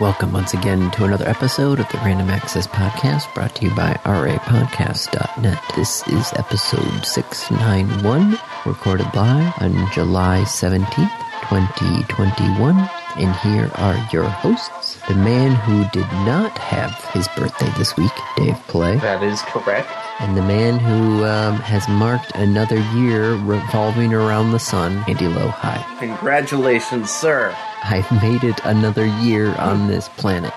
Welcome once again to another episode of the Random Access Podcast brought to you by rapodcast.net. This is episode 691, recorded live on July 17th, 2021. And here are your hosts the man who did not have his birthday this week, Dave Play, That is correct. and the man who um, has marked another year revolving around the sun, Andy Lohi. Congratulations, sir. I've made it another year on this planet.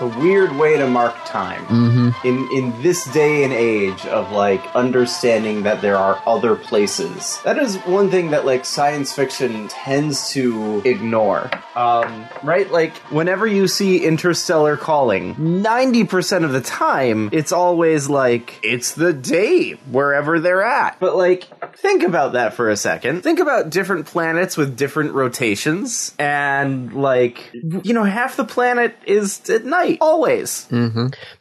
It's a weird way to mark time. Mm-hmm. In in this day and age of like understanding that there are other places. That is one thing that like science fiction tends to ignore. Um, right? Like whenever you see Interstellar calling, 90% of the time it's always like it's the day wherever they're at. But like think about that for a second. Think about different planets with different rotations and like you know half the planet is at night always.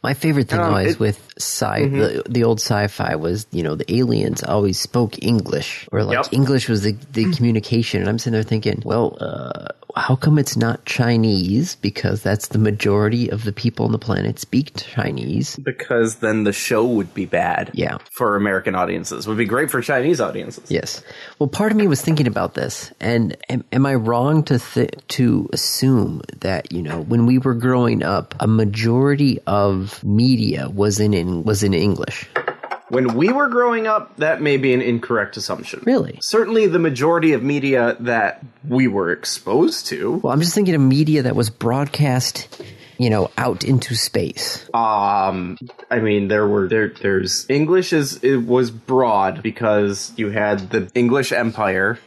My favorite thing Um, was it- Mm-hmm. with sci the, the old sci-fi was you know the aliens always spoke English or like Yep. Mm. English was the, the communication and I'm sitting there thinking well uh, how come it's not Chinese because that's the majority of the people on the planet speak Chinese because then the show would be bad. Yeah. For American audiences. Would be great for Chinese audiences. yes well part of me was thinking about this and am, am I wrong to th- to assume that you know when we were growing up a majority of media was in, in was in English When we were growing up, that may be an incorrect assumption. really Certainly the majority of media that we were exposed to. Well, I'm just thinking of media that was broadcast, you know, out into space. Um I mean there were there there's English is it was broad because you had the English Empire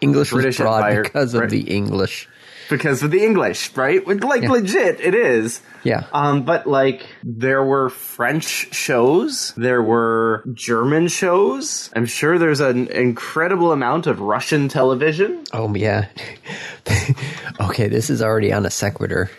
English British was broad Empire, because of Brit- the English. because of the English, right? Like legit it is. Yeah. Um, but like there were French shows, there were German shows. I'm sure there's an incredible amount of Russian television. Oh yeah. okay, this is already on a sequitur.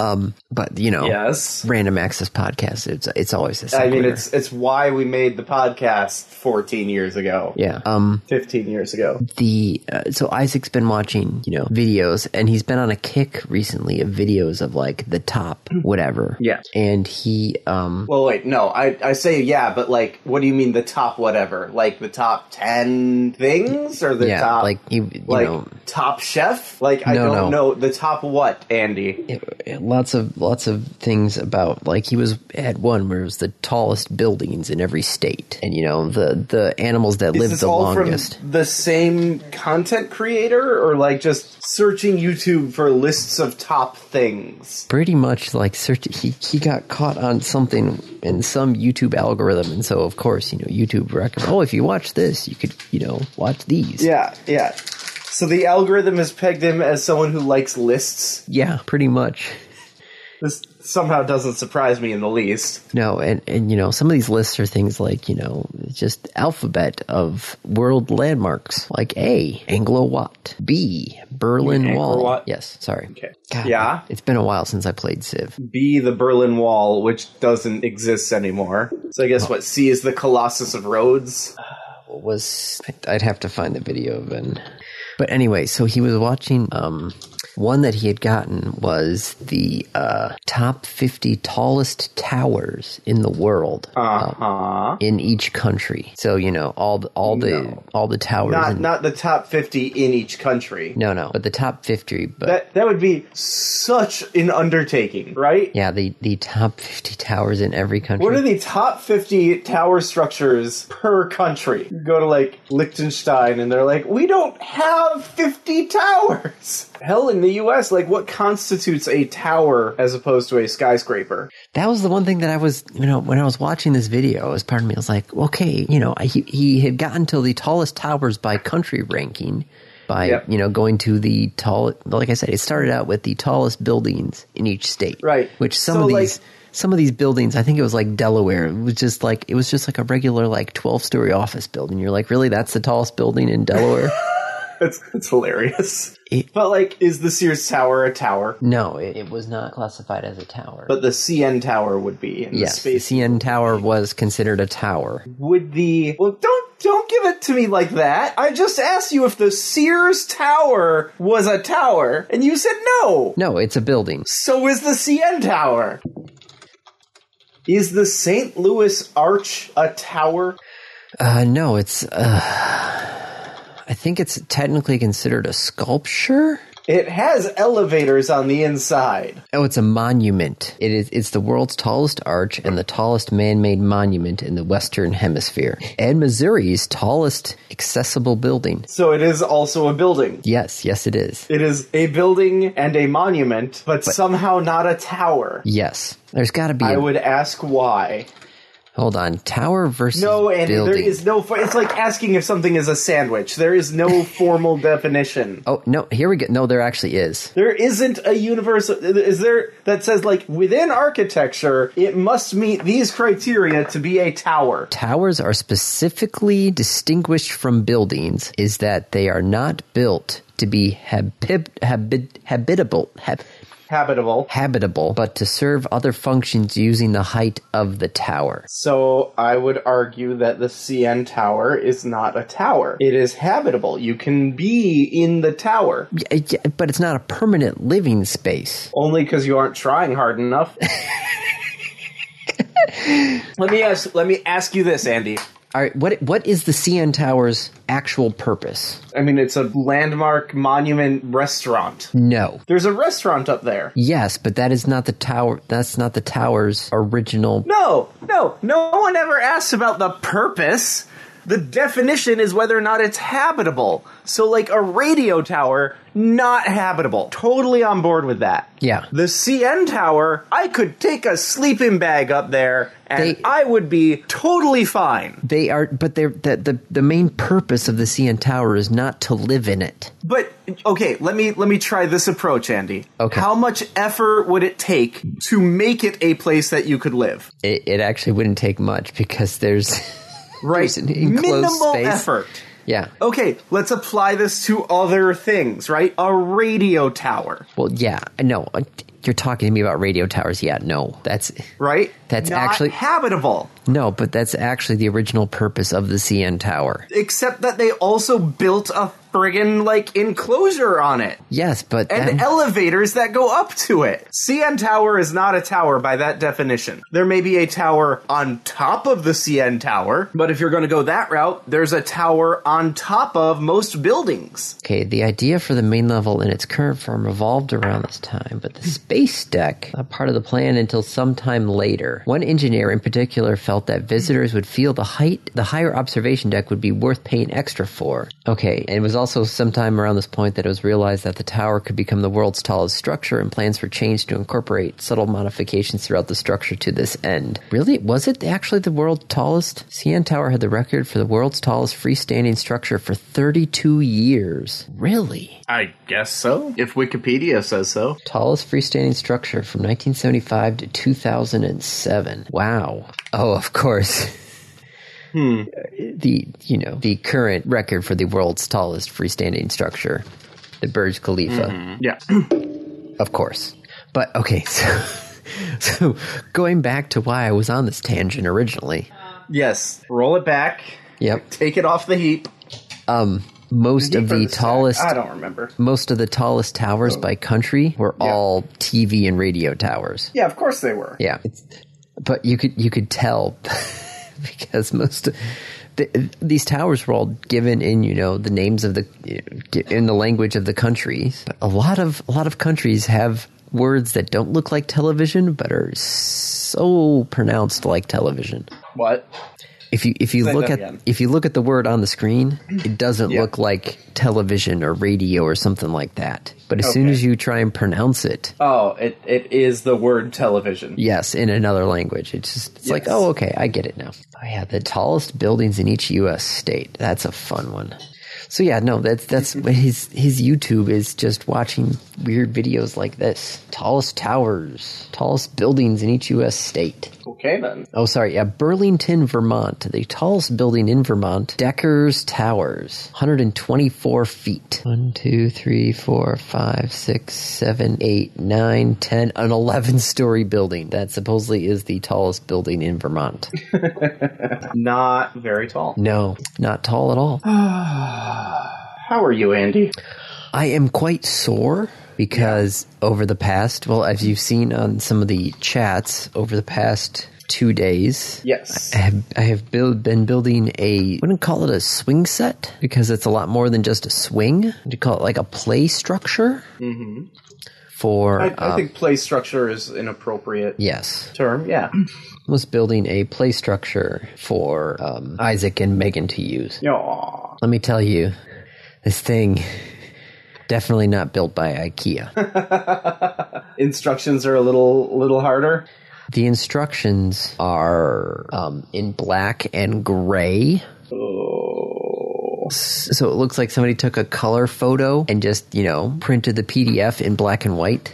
Um, but you know, Yes. random access podcast. It's it's always the I sequitur. mean, it's it's why we made the podcast 14 years ago, yeah. Um, 15 years ago. the uh, so Isaac's been watching you know videos, and he's been on a kick recently of videos of like the top whatever. Yeah. and he um Well, wait, no, I I say yeah, but like, what do you mean the top whatever? Like the top 10 things or the yeah top like he you like know top chef? Like I No, no. don't know the top what, Andy? it- lots of lots of things about like he was at one where it was the tallest buildings in every state and you know the the animals that Is lived this the all longest from the same content creator, or like just searching YouTube for lists of top things? pretty much like search he, he got caught on something in some youtube algorithm and so of course you know youtube recommend oh if you watch this you could you know watch these Yeah, yeah. So the algorithm has pegged him as someone who likes lists. yeah pretty much This somehow doesn't surprise me in the least. No, and, and you know, some of these lists are things like, you know, just alphabet of world landmarks, like A, Anglo Wat, B, Berlin Angkor Wall. Wat? Yes, sorry. Okay. God, Yeah. It's been a while since I played Civ. B, the Berlin Wall, which doesn't exist anymore. So I guess what C is the Colossus of Rhodes. What was I'd have to find the video of it. But anyway, so he was watching um one that he had gotten was the uh, top 50 tallest towers in the world Uh huh. in each country. So, you know, all the, all the No. all the towers Not in not the top fifty in each country. No, no, but the top 50, but That that would be such an undertaking, right? yeah, the, the top 50 towers in every country. What are the top 50 tower structures per country? You Go to like Liechtenstein and they're like, we don't have 50 towers. Hell, in the US, like what constitutes a tower as opposed to a skyscraper? that was the one thing that I was, you know, when I was watching this video, as part of me, I was like, okay, you know, I, he, he had gotten to the tallest towers by country ranking by, Yep. you know, going to the tall, like I said, it started out with the tallest buildings in each state. Right. Which some So, of like- these. some of these buildings, I think it was like Delaware. It was just like it was just like a regular like twelve story office building. You're like, really? That's the tallest building in Delaware? That's, that's hilarious. It- But like, is the Sears Tower a tower? no, it, it was not classified as a tower. But the CN Tower would be in Yes, the space. the CN Tower was considered a tower. Would the. Well, don't don't give it to me like that. I just asked you if the Sears Tower was a tower, and you said no. No, it's a building. So is the CN Tower. Is the St. Louis Arch a tower? Uh, no, it's. Uh, I think it's technically considered a sculpture. It has elevators on the inside. Oh, it's a monument. It is. It's the world's tallest arch and the tallest man-made monument in the Western Hemisphere, and Missouri's tallest accessible building. So it is also a building. Yes, yes, it is. It is a building and a monument, but, somehow not a tower. Yes, there's got to be. I A, would ask why. hold on, tower versus No, and building. there is no. It's like asking if something is a sandwich. There is no formal definition. oh no, here we go. No, there actually is. There isn't a universe. Is there that says like within architecture, it must meet these criteria to be a tower? Towers are specifically distinguished from buildings is that they are not built to be habib- habit- habitable. Hab- Habitable. habitable, but to serve other functions using the height of the tower. So I would argue that the CN Tower is not a tower. It is habitable. You can be in the tower. Yeah, yeah, But it's not a permanent living space. Only because you aren't trying hard enough. let me ask. Let me ask you this, Andy. All right, what what is the CN Tower's actual purpose? I mean, it's a landmark monument restaurant. No. There's a restaurant up there. Yes, but that is not the tower. That's not the tower's original. No, no, no one ever asks about the purpose. The definition is whether or not it's habitable. So, like a radio tower, not habitable. Totally on board with that. Yeah. The CN tower, I could take a sleeping bag up there and They- I would be totally fine. They are, but they're the, the the main purpose of the CN Tower is not to live in it. But okay, let me let me try this approach, Andy. Okay. How much effort would it take to make it a place that you could live? It, it actually wouldn't take much because there's Right. There's an enclosed Minimal space. effort. yeah. Okay, let's apply this to other things, right? A radio tower, Well, yeah, no. uh, You're talking to me about radio towers. Yeah, no, that's right? That's Not actually- habitable. No, but that's actually the original purpose of the CN Tower. Except that they also built a friggin' like enclosure on it. Yes, but And then- elevators that go up to it. CN Tower is not a tower by that definition. There may be a tower on top of the CN Tower, but if you're going to go that route, there's a tower on top of most buildings. okay, the idea for the main level in its current form revolved around this time, but the space deck not part of the plan until sometime later. One engineer in particular felt that visitors would feel the height, the higher observation deck would be worth paying extra for. Okay, and it was also sometime around this point that it was realized that the tower could become the world's tallest structure, and plans were changed to incorporate subtle modifications throughout the structure to this end. Really? Was it actually the world's tallest? CN Tower had the record for the world's tallest freestanding structure for 32 years. Really? I guess so. If Wikipedia says so. Tallest freestanding structure from 1975 to 2007. Wow. Oh, of course. The you know the current record for the world's tallest freestanding structure, the Burj Khalifa. Yeah. Of course. But okay, so so going back to why I was on this tangent originally. yes. Roll it back. Yep. Take it off the heap. Um most of the tallest I don't remember. most of the tallest towers by country were Yeah. all TV and radio towers. Yeah, of course they were. Yeah. It's, but you could you could tell because most of, the, these towers were all given in you know the names of the in the language of the countries. But a lot of a lot of countries have words that don't look like television but are so pronounced like television. What? If you if you Say look that at again. if you look at the word on the screen, it doesn't Yeah. look like television or radio or something like that. But as soon Okay. as you try and pronounce it, Oh, it, it is the word television. Yes, in another language. It's just it's like, Yes. oh, okay, I get it now. Oh yeah, the tallest buildings in each U.S. state. That's a fun one. So yeah, no, that's that's his his YouTube is just watching weird videos like this. Tallest towers, tallest buildings in each U.S. state. Okay then. Oh, sorry. Yeah, Burlington, Vermont. The tallest building in Vermont, Decker's Towers, 124 feet. 1, 2, 3, 4, 5, 6, 7, 8, 9, 10, an 11 story building that supposedly is the tallest building in Vermont. Not very tall. No, not tall at all. How are you, Andy? I am quite sore because over the past, well, as you've seen on some of the chats, over the past two days, Yes. I have, I have build, been building a, I wouldn't call it a swing set because it's a lot more than just a swing. Would you call it like a play structure? Mm-hmm. For, I, I um, think play structure is an appropriate yes, term. Yeah. was building a play structure for um, Isaac and Megan to use. Aw. Let me tell you, this thing definitely not built by IKEA. Instructions are a little little harder. The instructions are um, in black and gray. Oh. S- So it looks like somebody took a color photo and just, you know, printed the PDF in black and white.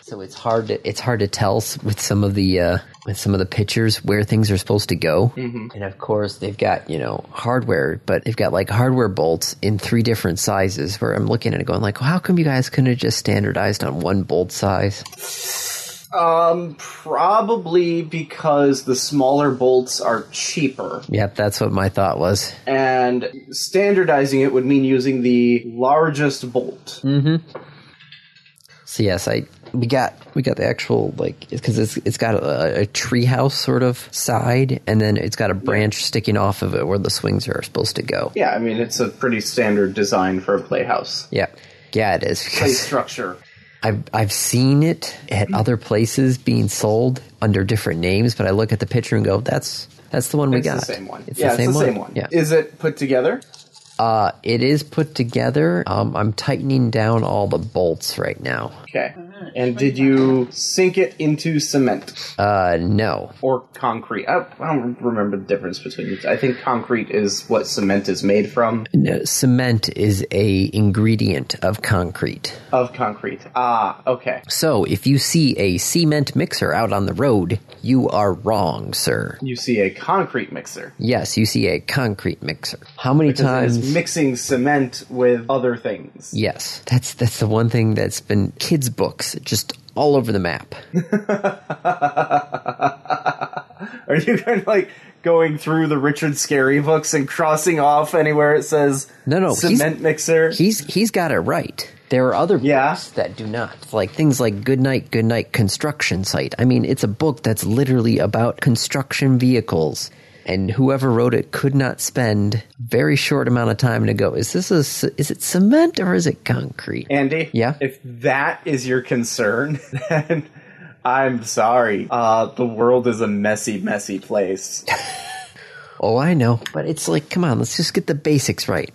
So it's hard to it's hard to tell s- with some of the uh, with some of the pictures where things are supposed to go. And of course, they've got you know hardware, but they've got like hardware bolts in three different sizes. Where I'm looking at it, going like, well, how come you guys couldn't have just standardized on one bolt size? Um, probably because the smaller bolts are cheaper. Yep, that's what my thought was. and standardizing it would mean using the largest bolt. Mm. So yes, I we got we got the actual like because it's it's got a, a treehouse sort of side, and then it's got a branch sticking off of it where the swings are supposed to go. Yeah, I mean it's a pretty standard design for a playhouse. Yeah, yeah, it is. Play Because structure. I've I've seen it Mm-hmm. at other places being sold under different names, but I look at the picture and go, that's that's the one we It's got. the same one. It's yeah, the same it's the one. same one. Yeah. Is it put together? uh, it is put together. Um, I'm tightening down all the bolts right now. Okay. And did you sink it into cement Uh, no, or concrete? I, I don't remember the difference between the two. I think concrete is what cement is made from. No, cement is a ingredient of concrete. Of concrete. Ah, okay. So if you see a cement mixer out on the road, you are wrong, sir. You see a concrete mixer. Yes, you see a concrete mixer. How many It's times? mixing cement with other things. yes, that's that's the one thing that's been kids' books just all over the map. Are you kind of like going through the Richard Scary books and crossing off anywhere it says No, no, he's- cement mixer? He's he's got it right. There are other Yeah. books that do not. Like things like Goodnight Goodnight Construction Site. I mean, it's a book that's literally about construction vehicles. And whoever wrote it could not spend a very short amount of time to go, is this a c is it cement or is it concrete? Andy, Yeah? If that is your concern, then I'm sorry. Uh, the world is a messy, messy place. oh, I know. But it's like, come on, let's just get the basics right.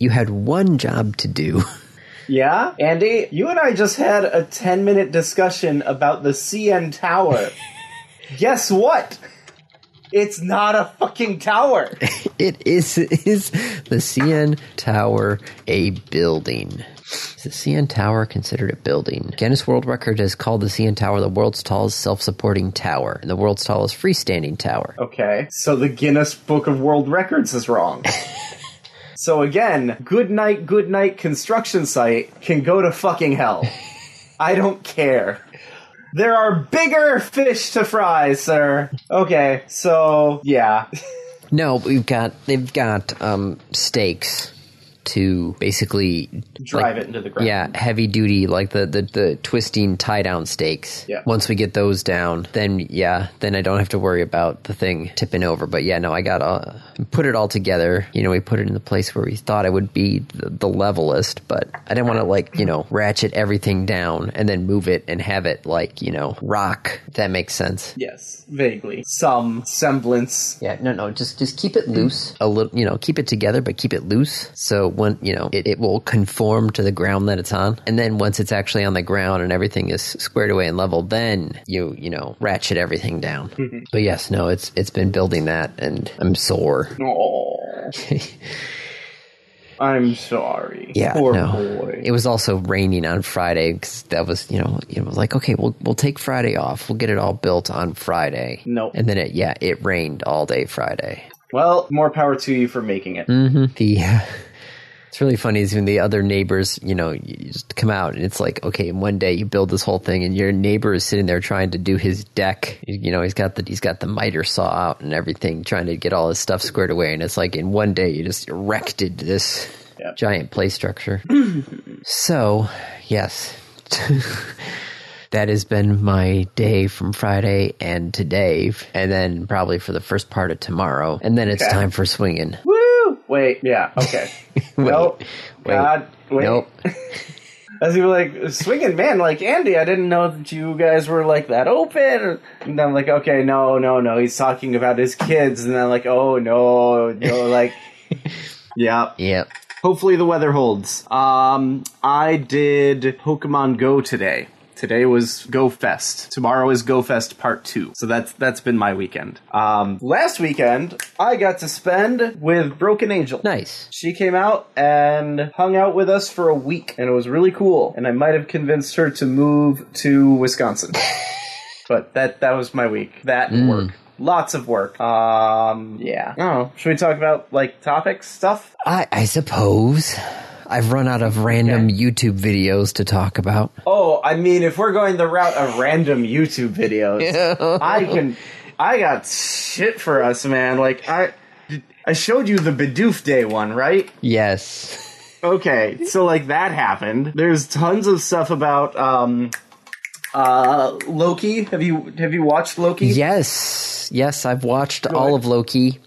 You had one job to do. yeah, Andy, you and I just had a 10 minute discussion about the CN Tower. Guess what? It's not a fucking tower. It is is the CN Tower a building? Is the CN Tower considered a building? Guinness World Record has called the CN Tower the world's tallest self-supporting tower and the world's tallest freestanding tower. Okay, so the Guinness Book of World Records is wrong. so again, good night, good night construction site can go to fucking hell. I don't care. There are bigger fish to fry, sir. Okay, so yeah. No, we've got they've got um, stakes to basically Drive it into the ground. Yeah, heavy duty, like the, the, the twisting tie down stakes. Yeah. Once we get those down, then yeah, then I don't have to worry about the thing tipping over. But yeah, no, I got uh, put it all together. You know, we put it in the place where we thought it would be the, the levelest, but I didn't want to like you know ratchet everything down and then move it and have it like you know rock. If that makes sense. Yes, vaguely. Some semblance. Yeah, no, no, just just keep it loose a little, you know, keep it together, but keep it loose. So when you know it, it will conform to the ground that it's on, and then once it's actually on the ground and everything is squared away and level, then you you know ratchet everything down. Mm-hmm. but yes, no, it's it's been building that, and I'm sore. Aw. I'm sorry. Yeah, Poor no. boy. It was also raining on Friday because that was, you know, it was like, okay, we'll we'll take Friday off. We'll get it all built on Friday. Nope. And then it, yeah, it rained all day Friday. well, more power to you for making it. hmm The it's really funny is when the other neighbors, you know, you just come out and it's like, okay, in one day you build this whole thing, and your neighbor is sitting there trying to do his deck. You know, he's got the he's got the miter saw out and everything, trying to get all his stuff squared away. And it's like in one day you just erected this Yep. giant play structure. so, yes. That has been my day from Friday and today, and then probably for the first part of tomorrow. And then it's Okay. time for swinging. Woo! Wait, yeah, okay. nope. wait, God, wait. Nope. As you were like swinging, man, like Andy, I didn't know that you guys were like that open. And I'm like, okay, no, no, no. He's talking about his kids, and I'm like, oh no, no, like, yeah. Yep. Hopefully the weather holds. Um, I did Pokemon Go today. Today was Go Fest. Tomorrow is Go Fest Part Two. So that's that's been my weekend. Um, last weekend I got to spend with Broken Angel. Nice. She came out and hung out with us for a week, and it was really cool. And I might have convinced her to move to Wisconsin. but that that was my week. That and work. Lots of work. Um, yeah. Oh, should we talk about like topics stuff? I, I suppose I've run out of random YouTube videos to talk about. Oh, I mean, if we're going the route of random YouTube videos, I can. I got shit for us, man. Like I, I showed you the Bidoof Day one, right? Yes. Okay, so like that happened. There's tons of stuff about um uh Loki. Have you have you watched Loki? Yes. Yes, I've watched all of Loki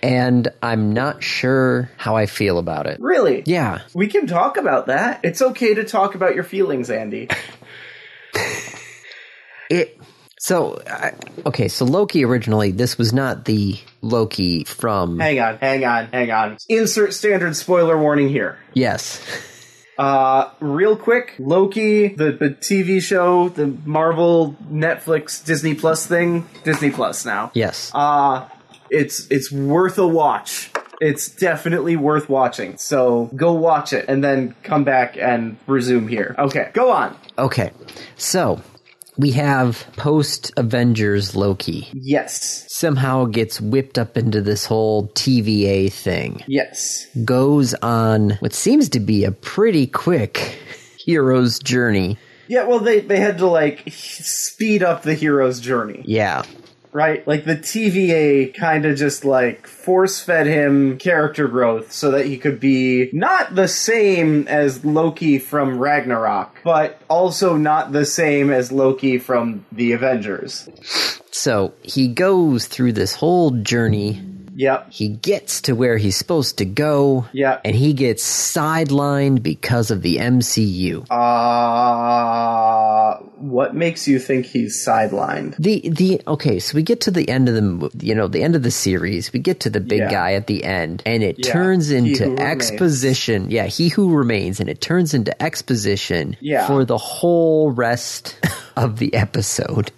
and I'm not sure how I feel about it. Really? Yeah. We can talk about that. It's okay to talk about your feelings, Andy. It so I, okay, so Loki originally this was not the Loki from Hang on, hang on, hang on. Insert standard spoiler warning here. Yes. Uh, real quick, Loki, the, the TV show, the Marvel, Netflix, Disney Plus thing, Disney Plus now. Yes. Uh, it's it's worth a watch. It's definitely worth watching. So go watch it and then come back and resume here. Okay, go on. okay. So we have post Avengers Loki. Yes, somehow gets whipped up into this whole TVA thing. yes, Goes on what seems to be a pretty quick hero's journey. yeah. Well, they they had to like speed up the hero's journey. Yeah. right? Like the TVA kind of just like force fed him character growth so that he could be not the same as Loki from Ragnarok, but also not the same as Loki from the Avengers. So he goes through this whole journey. Yep. He gets to where he's supposed to go. Yeah. And he gets sidelined because of the MCU. Uh, what makes you think he's sidelined? The the okay, so we get to the end of the mo- you know the end of the series. We get to the big Yeah. guy at the end, and it Yeah, turns He Who into Remains. exposition. Yeah, he who remains, and it turns into exposition Yeah. for the whole rest of the episode.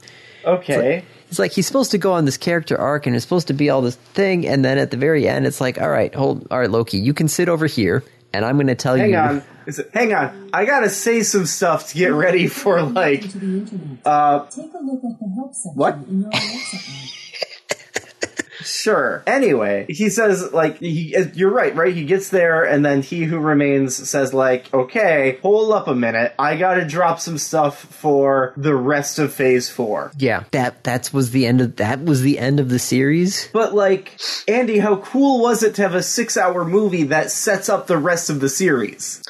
Okay. It's like he's supposed to go on this character arc, and it's supposed to be all this thing, and then at the very end, it's like, all right, hold, all right, Loki, you can sit over here, and I'm going to tell Hang you. on. Is it- hang on. I gotta say some stuff to get ready for like to the internet. uh Take a look at the help section What? in your website. Sure. Anyway, he says like he, you're right, right? He gets there, and then he who remains says like, "Okay, hold up a minute. I gotta drop some stuff for the rest of Phase 4. Yeah, that that was the end of that was the end of the series. But like, Andy, how cool was it to have a six-hour movie that sets up the rest of the series?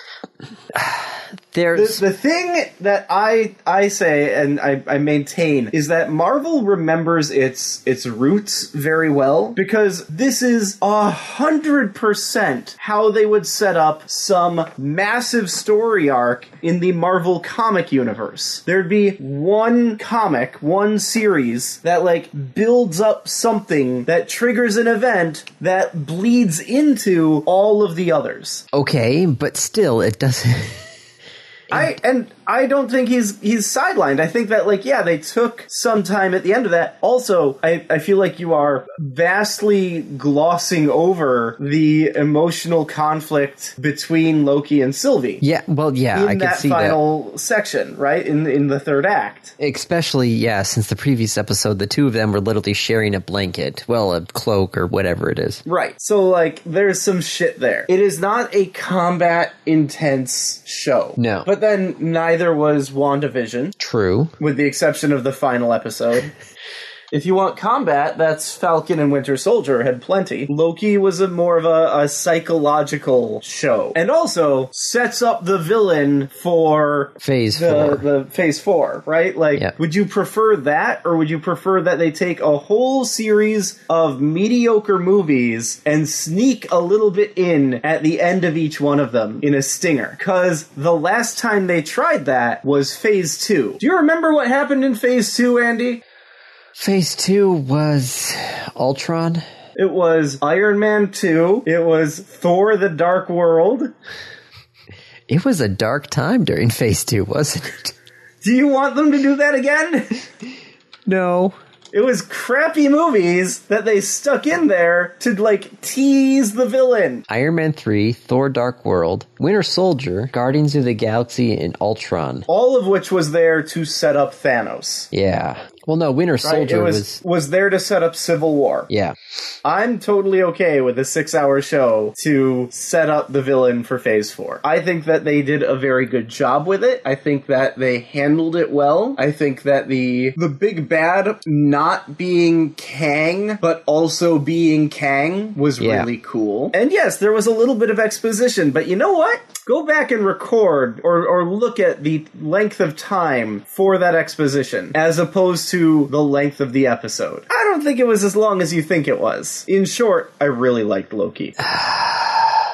There's The thing that I I say and I, I maintain is that Marvel remembers its its roots very well because this is a hundred percent how they would set up some massive story arc in the Marvel comic universe. There'd be one comic, one series that like builds up something that triggers an event that bleeds into all of the others. okay, but still, it doesn't. I and I don't think he's he's sidelined. I think that like yeah, they took some time at the end of that. Also, I, I feel like you are vastly glossing over the emotional conflict between Loki and Sylvie. Yeah, well, yeah, In I can that see final section, right in in the third act, that. Especially, yeah, since the previous episode, the two of them were literally sharing a blanket, well, a cloak or whatever it is. right? So like, there's some shit there. It is not a combat intense show, No. But then neither was WandaVision. True. with the exception of the final episode. if you want combat, that's Falcon and Winter Soldier had plenty. Loki was a more of a, a psychological show, and also sets up the villain for Phase the, four. the phase four, right? Like, Yeah. would you prefer that, or would you prefer that they take a whole series of mediocre movies and sneak a little bit in at the end of each one of them in a stinger? Because the last time they tried that was phase two. Do you remember what happened in phase two, Andy? Phase two was Ultron. It was Iron Man 2, it was Thor the Dark World. It was a dark time during phase two, wasn't it? Do you want them to do that again? No. It was crappy movies that they stuck in there to like tease the villain. Iron Man 3, Thor Dark World, Winter Soldier, Guardians of the Galaxy, and Ultron. All of which was there to set up Thanos. Yeah. Well, no, Winter Right? It Soldier was, was. was there to set up Civil War. Yeah. I'm totally okay with a six hour show to set up the villain for phase four. I think that they did a very good job with it. I think that they handled it well. I think that the the big bad not being Kang, but also being Kang was Yeah. really cool. And yes, there was a little bit of exposition, but you know what? Go back and record or, or look at the length of time for that exposition as opposed to the length of the episode. I don't think it was as long as you think it was. In short, I really liked Loki.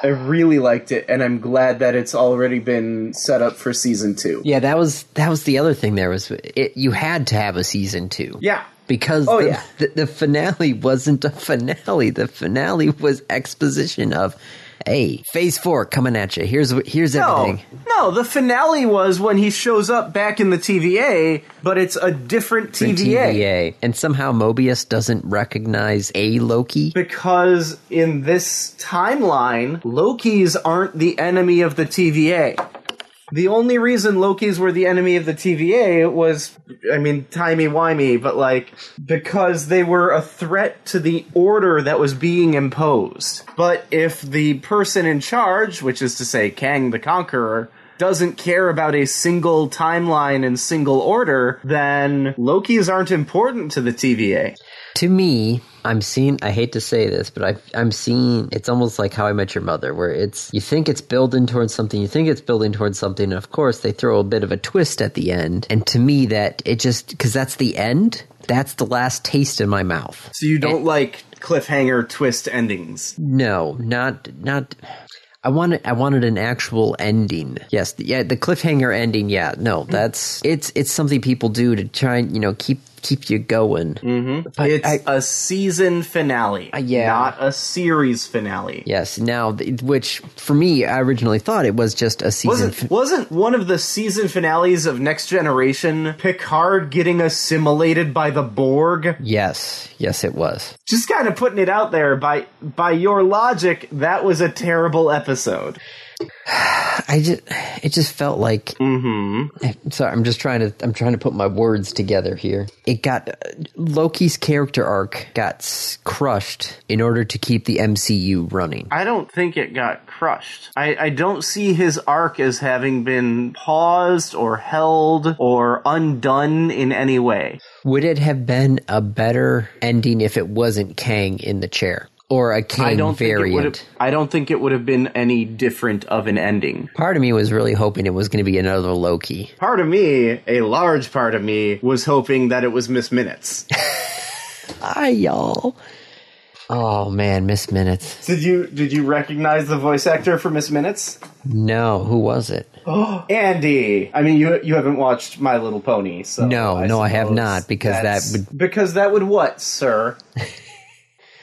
I really liked it, and I'm glad that it's already been set up for season two. Yeah, that was that was the other thing. There was it, you had to have a season two. Yeah. because Oh, the, yeah. the, the finale wasn't a finale. The finale was exposition of, hey, Phase Four coming at you. Here's wh- here's No, everything. no, the finale was when he shows up back in the TVA, but it's a different The TVA. TVA. and somehow Mobius doesn't recognize a Loki. because in this timeline, Lokis aren't the enemy of the TVA. The only reason Lokis were the enemy of the TVA was, I mean, timey wimey, but like, because they were a threat to the order that was being imposed. But if the person in charge, which is to say Kang the Conqueror, doesn't care about a single timeline and single order, then Lokis aren't important to the TVA. to me i'm seeing i hate to say this but I, i'm seeing it's almost like how i met your mother where it's you think it's building towards something you think it's building towards something and of course they throw a bit of a twist at the end and to me that it just because that's the end that's the last taste in my mouth So you don't like cliffhanger twist endings. no not not I wanted I wanted an actual ending. Yes, the, yeah, the cliffhanger ending. Yeah, no, that's it's it's something people do to try and you know keep keep you going. Mm-hmm. It's a season finale, yeah. not a series finale. Yes. Now, th- which for me, I originally thought it was just a season. Wasn't wasn't one of the season finales of Next Generation Picard getting assimilated by the Borg? yes. Yes, it was. Just kind of putting it out there by by your logic, that was a terrible episode. I just, it just felt like. Mm-hmm. Sorry, I'm just trying to. I'm trying to put my words together here. It got uh, Loki's character arc got s- crushed in order to keep the MCU running. I don't think it got crushed. I, I don't see his arc as having been paused or held or undone in any way. Would it have been a better ending if it wasn't Kang in the chair or a Kang I don't think it would variant? have. I don't think it would have been any different of an ending. Part of me was really hoping it was going to be another Loki. Part of me, a large part of me, was hoping that it was Miss Minutes. Hi, y'all. Oh man, Miss Minutes. did you did you recognize the voice actor for Miss Minutes? No, who was it? Andy. I mean, you you haven't watched My Little Pony, so No, no, I have suppose not, because that that's- would- because that would what, sir?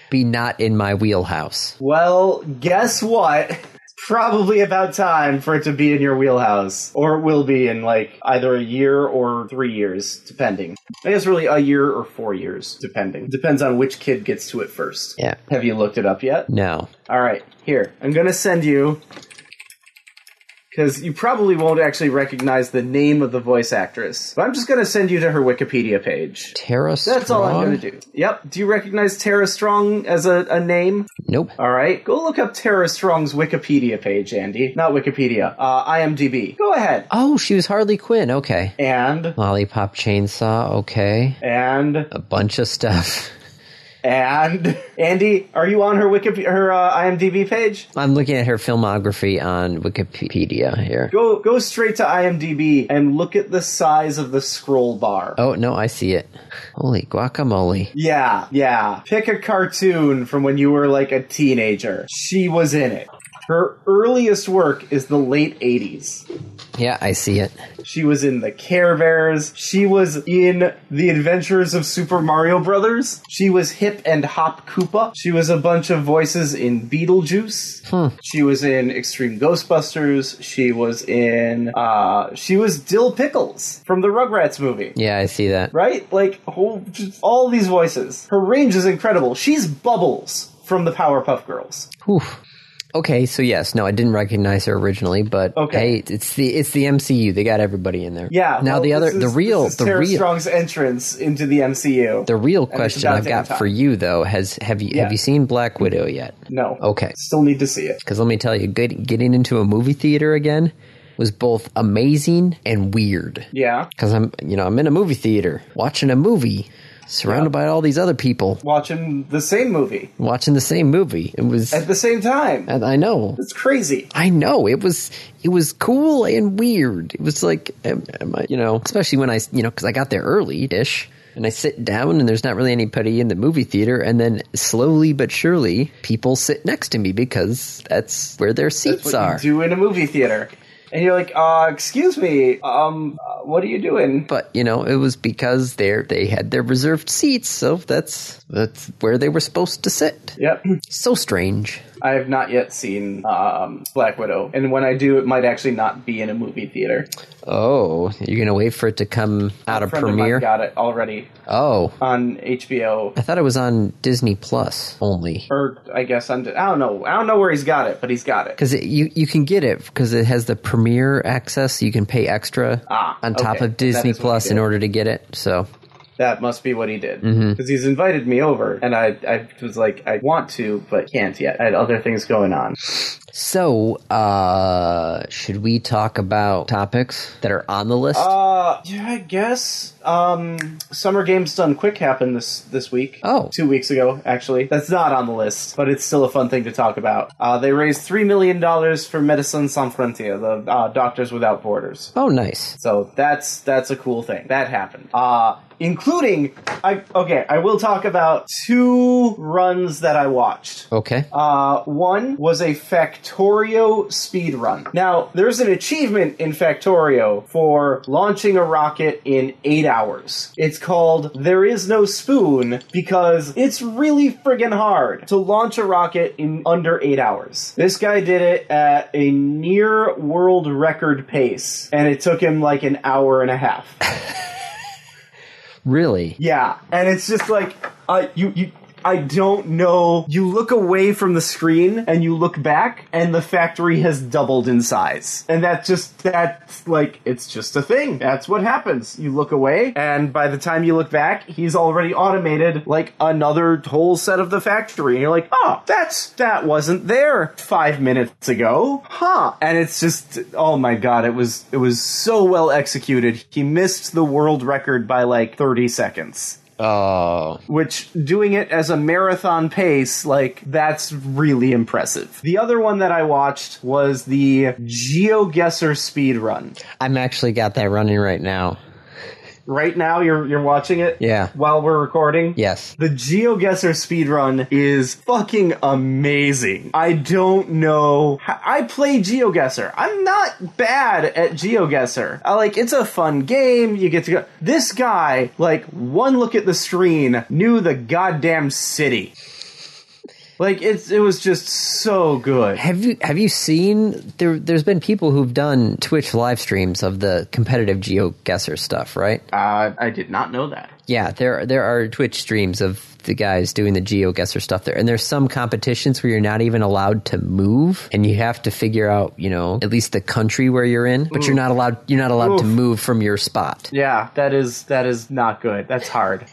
Be not in my wheelhouse. Well, guess what? It's probably about time for it to be in your wheelhouse, or it will be in like either a year or three years, depending. I guess really a year or four years, depending. Depends on which kid gets to it first. Yeah. Have you looked it up yet? No. All right, here. I'm going to send you because you probably won't actually recognize the name of the voice actress. But I'm just going to send you to her Wikipedia page. Tara Strong? That's all I'm going to do. Yep. Do you recognize Tara Strong as a, a name? Nope. All right. Go look up Tara Strong's Wikipedia page, Andy. Not Wikipedia. Uh, IMDb. Go ahead. Oh, she was Harley Quinn. Okay. And Lollipop Chainsaw. Okay. and A bunch of stuff. and Andy, are you on her Wikipedia her uh, IMDb page? I'm looking at her filmography on Wikipedia here. Go go straight to IMDb and look at the size of the scroll bar. Oh, no, I see it. Holy guacamole. Yeah, yeah. Pick a cartoon from when you were like a teenager. She was in it. Her earliest work is the late 80s. Yeah, I see it. She was in The Care Bears. She was in The Adventures of Super Mario Brothers. She was Hip and Hop Koopa. She was a bunch of voices in Beetlejuice. Hmm. She was in Extreme Ghostbusters. She was in, uh, she was Dill Pickles from the Rugrats movie Yeah, I see that. right? Like whole, just all these voices. Her range is incredible. She's Bubbles from the Powerpuff Girls. Whew. Okay, so yes, no, I didn't recognize her originally, but Okay. hey, it's the it's the MCU. They got everybody in there. Yeah. Now well, the other this is- the real this is the Tara real Strong's entrance into the MCU. the real question about I've damn got time. for you though has have you Yeah. have you seen Black Widow yet? no. Okay. Still need to see it. Because let me tell you, good, getting into a movie theater again was both amazing and weird. Yeah. Because I'm, you know, I'm in a movie theater watching a movie, surrounded by all these other people Watching the same movie watching the same movie. It was, at the same time. and I know, It's crazy. I know, it was, it was cool and weird. It was like, am, am I, you know, especially when I, you know, because I got there early ish. And I sit down, and there's not really anybody in the movie theater. And then slowly but surely, people sit next to me because that's where their seats That's what are. you do in a movie theater. And you're like, uh, excuse me, um, uh, what are you doing? but you know it was because they they had their reserved seats so that's that's where they were supposed to sit Yep. so strange I have not yet seen um, Black Widow. And when I do, it might actually not be in a movie theater. oh you're gonna wait for it to come out of friend of mine premiere got it already oh on HBO, i thought it was on disney plus only or I guess on. I don't know. I don't know where he's got it, but he's got it. because you you can get it because it has the premiere access so you can pay extra Ah, on top okay. of disney That is what plus he did. in order to get it so That must be what he did, because he's invited me over, and I, I was like, I want to, but can't yet. I had other things going on. so uh should we talk about topics that are on the list Uh, yeah, I guess. Um, Summer Games Done Quick happened this this week. Oh. two weeks ago, actually. That's not on the list, but it's still a fun thing to talk about. Uh, they raised three million dollars for Medicine Sans Frontières, the uh, Doctors Without Borders. oh nice So that's that's a cool thing that happened. Uh including I okay, I will talk about two runs that I watched. okay Uh, one was a Factorio speed run. Now, there's an achievement in Factorio for launching a rocket in eight hours. It's called There Is No Spoon because it's really friggin' hard to launch a rocket in under eight hours. This guy did it at a near world record pace, and it took him like an hour and a half. really Yeah, and it's just like uh, you you. I don't know. You look away from the screen and you look back, and the factory has doubled in size. And that's just, that's like, it's just a thing. That's what happens. You look away, and by the time you look back, he's already automated like another whole set of the factory. And you're like, oh, that's, that wasn't there five minutes ago. Huh. And it's just, oh my god, it was, it was so well executed. He missed the world record by like 30 seconds oh which doing it as a marathon pace, like that's really impressive. The other one that I watched was the GeoGuessr speed run. I'm actually got that running right now. Right now you're you're watching it Yeah. while we're recording. Yes. The GeoGuessr speedrun is fucking amazing. I don't know. h- I play GeoGuessr. I'm not bad at GeoGuessr. I like it's a fun game. You get to go. This guy, like one look at the screen, knew the goddamn city. Like it's it was just so good. Have you have you seen there? There's been people who've done Twitch live streams of the competitive GeoGuessr stuff, right? Uh, I did not know that. Yeah, there there are Twitch streams of the guys doing the GeoGuessr stuff there, and there's some competitions where you're not even allowed to move, and you have to figure out, you know, at least the country where you're in, but you're not allowed you're not allowed to Oof. move from your spot. Yeah, that is that is not good. That's hard.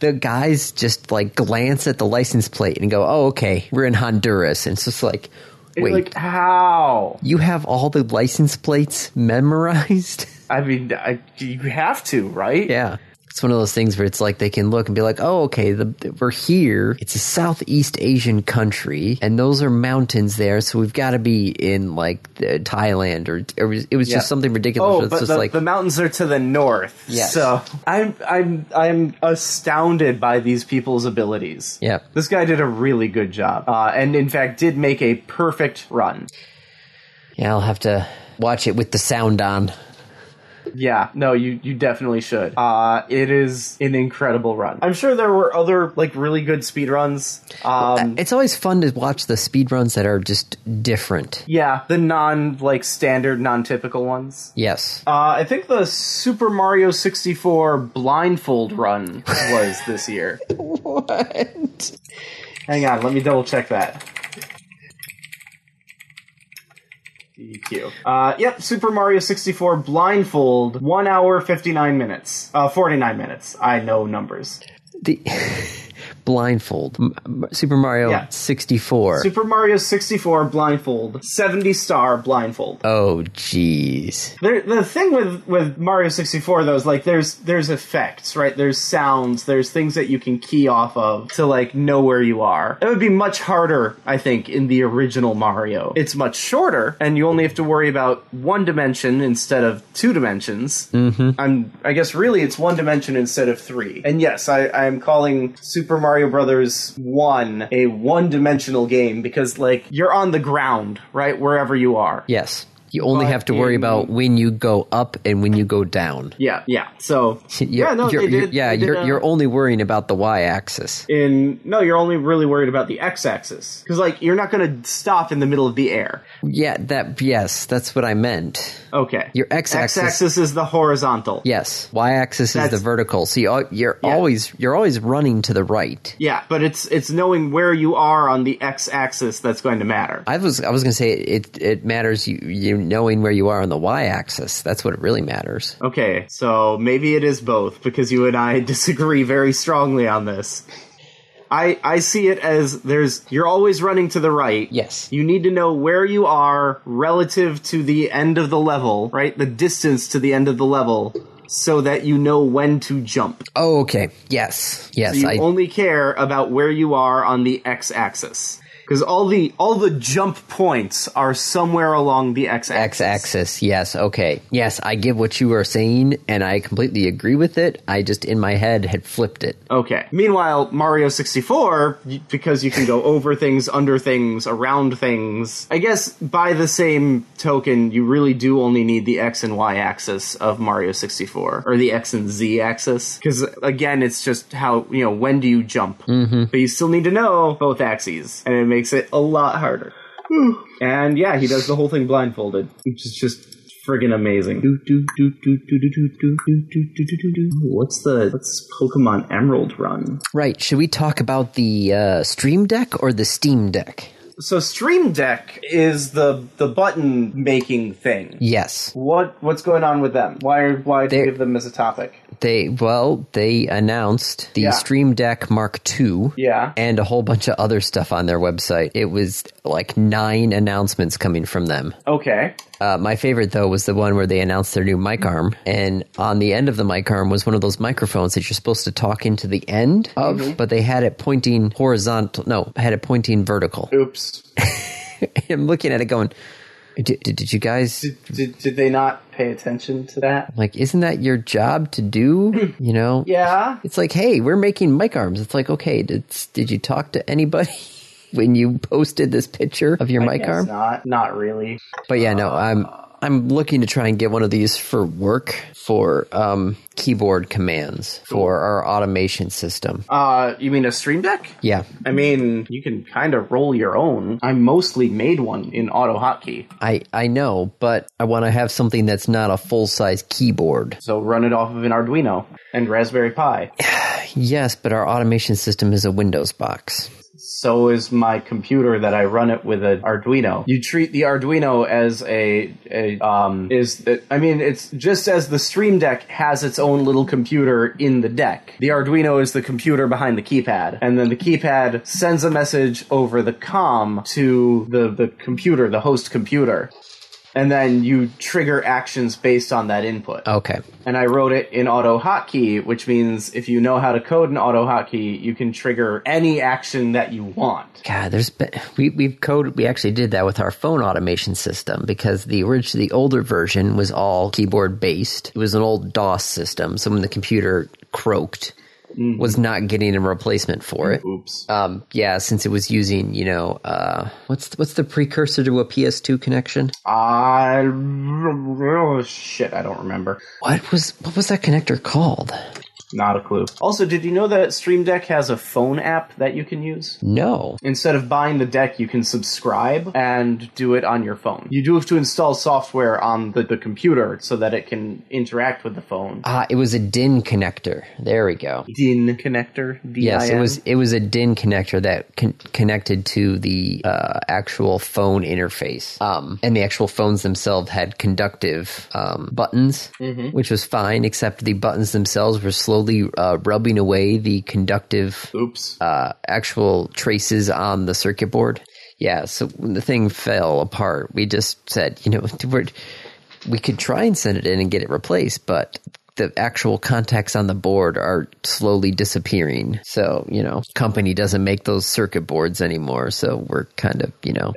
the guys just like glance at the license plate and go, "Oh, okay, we're in Honduras," and it's just like. It's Wait, like how? you have all the license plates memorized? I mean, I, you have to, right? yeah. It's one of those things where it's like they can look and be like, oh, okay, the, the- we're here. It's a Southeast Asian country, and those are mountains there, so we've got to be in like the, Thailand or, or it was Yeah. just something ridiculous. Oh, it's but just the, like, the mountains are to the north. Yes. So I'm I'm I'm astounded by these people's abilities. Yep. This guy did a really good job, uh, and in fact did make a perfect run. yeah, I'll have to watch it with the sound on. Yeah, no, you you definitely should. Uh, it is an incredible run. I'm sure there were other like really good speed runs. Um, It's always fun to watch the speedruns that are just different. yeah, the non like standard, non typical ones. Yes. Uh, I think the Super Mario 64 blindfold run was this year. What? Hang on, let me double check that. EQ. Uh, yep, Super Mario 64 blindfold, 1 hour 59 minutes. Uh, 49 minutes. I know numbers. The blindfold. M- M- Super Mario Yeah. 64. Super Mario 64 blindfold, 70 star blindfold. oh, jeez. There, the thing with, with Mario 64 though is like there's there's effects, right? There's sounds, there's things that you can key off of to like know where you are. It would be much harder, I think, in the original Mario. It's much shorter, and you only have to worry about one dimension instead of two dimensions. Mm-hmm. I'm, I guess, really, it's one dimension instead of three. And yes, I I am calling Super Mario Brothers One a one-dimensional game because like you're on the ground, right, wherever you are. Yes. You only have to worry in- about when you go up and when you go down. Yeah, yeah. So yeah, no, you're, they you're- did. yeah, they did, you're, uh, you're only worrying about the y axis. in no, you're only really worried about the x-axis because like you're not going to stop in the middle of the air. Yeah, that yes, that's what I meant. Okay, Your x-axis- x-axis is the horizontal. Yes, y axis is the That's- vertical. So you, al- you're always you're always running to the right. Yeah, but it's it's knowing where you are on the x-axis that's going to matter. I was I was going to say it it matters you you knowing where you are on the y axis. That's what it really matters. Okay, so maybe it is both because you and I disagree very strongly on this. I I see it as there's you're always running to the right. Yes. You need to know where you are relative to the end of the level, right? The distance to the end of the level so that you know when to jump. Oh, okay. Yes. Yes. You I, only care about where you are on the x axis. Because all the all the jump points are somewhere along the x X axis. axis. Yes. Okay. Yes. I give what you are saying and I completely agree with it. I just, in my head, had flipped it. Okay. Meanwhile, Mario 64, y- because you can go over things, under things, around things, I guess by the same token, you really do only need the X and Y axis of Mario 64, or the X and Z axis. Because, again, it's just how, you know, when do you jump? Mm-hmm. But you still need to know both axes, and it makes it a lot harder. Whew. and yeah, he does the whole thing blindfolded, which is just friggin' amazing. Do, do, do, do, do, do, do, do, do, do, do, do, do, do. What's the what's Pokemon Emerald run? Right. Should we talk about the uh, Stream Deck or the Steam Deck? So Stream Deck is the the button making thing. Yes. What what's going on with them? Why why They're- give them as a topic? They, well, they announced the Yeah. Stream Deck Mark II. Yeah. And a whole bunch of other stuff on their website. It was like nine announcements coming from them. Okay. Uh, my favorite though was the one where they announced their new mic arm, and on the end of the mic arm was one of those microphones that you're supposed to talk into the end of, Mm-hmm. but they had it pointing horizontal. No, had it pointing vertical. Oops. I'm looking at it going, did, did, did you guys Did, did, did they not pay attention to that? like? Isn't that your job to do? You know? Yeah. It's like, hey, we're making mic arms. It's like, okay, did did you talk to anybody? When you posted this picture of your mic Guess arm, Not not really. but yeah, no, I'm I'm looking to try and get one of these for work for um, keyboard commands for our automation system. Uh, you mean a Stream Deck? Yeah, I mean, you can kind of roll your own. I mostly made one in auto hotkey, I I know, but I want to have something that's not a full size keyboard. so run it off of an Arduino and Raspberry Pi. Yes, but our automation system is a Windows box. So is my computer that I run it with an Arduino. You treat the Arduino as a, a um is I mean it's just as the Stream Deck has its own little computer in the deck. The Arduino is the computer behind the keypad, and then the keypad sends a message over the com to the the computer, the host computer. And then you trigger actions based on that input Okay, and I wrote it in auto hotkey, which means if you know how to code in auto hotkey, you can trigger any action that you want. God, there's been we we've coded. We actually did that with our phone automation system because the original, the older version was all keyboard based. It was an old DOS system. So when the computer croaked, was not getting a replacement for it. Oops. Um, yeah, since it was using you know uh, what's what's the precursor to a PS2 connection? I oh, shit, I don't remember. What was what was that connector called? Not a clue. Also, did you know that Stream Deck has a phone app that you can use? No, Instead of buying the deck, you can subscribe and do it on your phone. You do have to install software on the, the computer so that it can interact with the phone. ah, it was a DIN connector. There we go. DIN connector. D-I-N. Yes, it was it was a DIN connector that con- connected to the uh, actual phone interface, um, and the actual phones themselves had conductive um, buttons, which was fine, except the buttons themselves were slowly uh, rubbing away the conductive Oops. uh, actual traces on the circuit board. Yeah, so when the thing fell apart, we just said, you know, we're, we could try and send it in and get it replaced, but the actual contacts on the board are slowly disappearing. So, you know, company doesn't make those circuit boards anymore, so we're kind of, you know,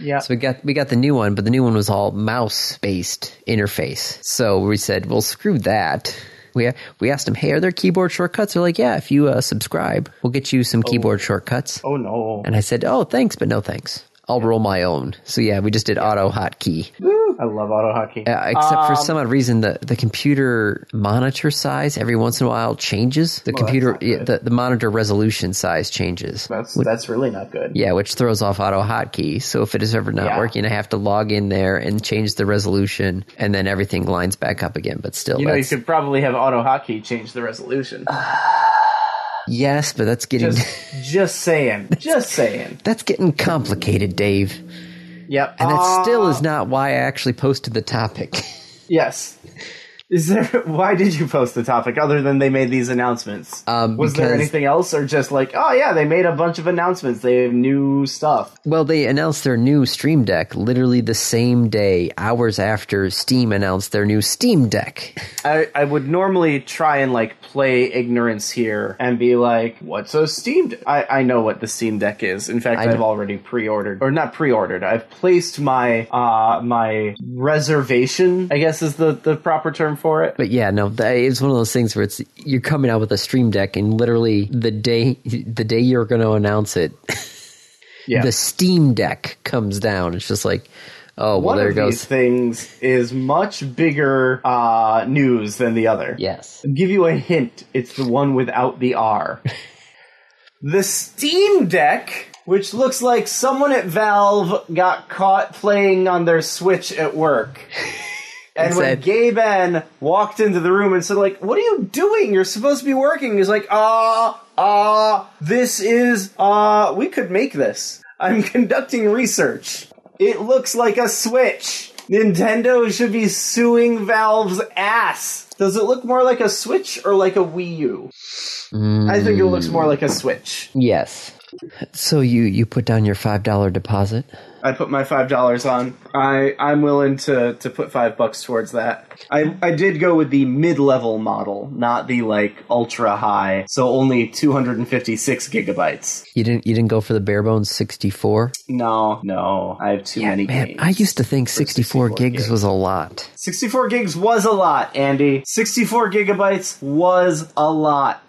Yeah. So we got we got the new one, but the new one was all mouse-based interface. So we said, well, screw that. We, we asked them, hey, are there keyboard shortcuts? They're like, yeah, if you uh, subscribe, we'll get you some keyboard shortcuts. oh no. And I said, oh, thanks, but no thanks. I'll roll my own. So yeah, we just did auto hotkey. I love auto hotkey. Uh, except Um, for some odd reason, the, the computer monitor size every once in a while changes. The computer, yeah, the, the monitor resolution size changes. That's that's really not good. Yeah, which throws off auto hotkey. So if it is ever not Yeah. working, I have to log in there and change the resolution, and then everything lines back up again. But still, You know, you that's, Uh, could probably have auto hotkey change the resolution. yes, but that's getting Just, just saying. Just saying. that's getting complicated, Dave. Yep. And that Uh, still is not why I actually posted the topic. yes. Is there? Why did you post the topic other than they made these announcements? Um, Was there because- anything else, or just like, oh yeah, they made a bunch of announcements. They have new stuff. Well, they announced their new Stream Deck literally the same day, hours after Steam announced their new Steam Deck. I, I would normally try and like play ignorance here and be like, what's a Steam Deck? I, I know what the Steam Deck is. In fact, I know. have already pre-ordered or not pre-ordered. I've placed my uh my reservation, I guess is the the proper term for it. But yeah, no, that, it's one of those things where it's you're coming out with a Stream Deck, and literally the day the day you're going to announce it, Yeah. the Steam Deck comes down. It's just like, oh, well, One there of goes. these things is much bigger uh news than the other. yes. Give you a hint, it's the one without the R. the Steam Deck, which looks like someone at Valve got caught playing on their Switch at work. And And when said- Gabe N walked into the room and said, like, what are you doing? You're supposed to be working. He's like, ah, ah, this is, ah, we could make this. I'm conducting research. It looks like a Switch. Nintendo should be suing Valve's ass. Does it look more like a Switch or like a Wii U? I think it looks more like a Switch. Yes. So you you put down your five dollar deposit. I put my five dollars on. I I'm willing to to put five bucks towards that. I I did go with the mid level model, not the like ultra high. So only two hundred and fifty six gigabytes. You didn't you didn't go for the bare bones sixty four. No, no, I have too many Man, games. I used to think sixty four 64 gigs gigs. was a lot. 64 gigs was a lot, Andy. 64 gigabytes was a lot.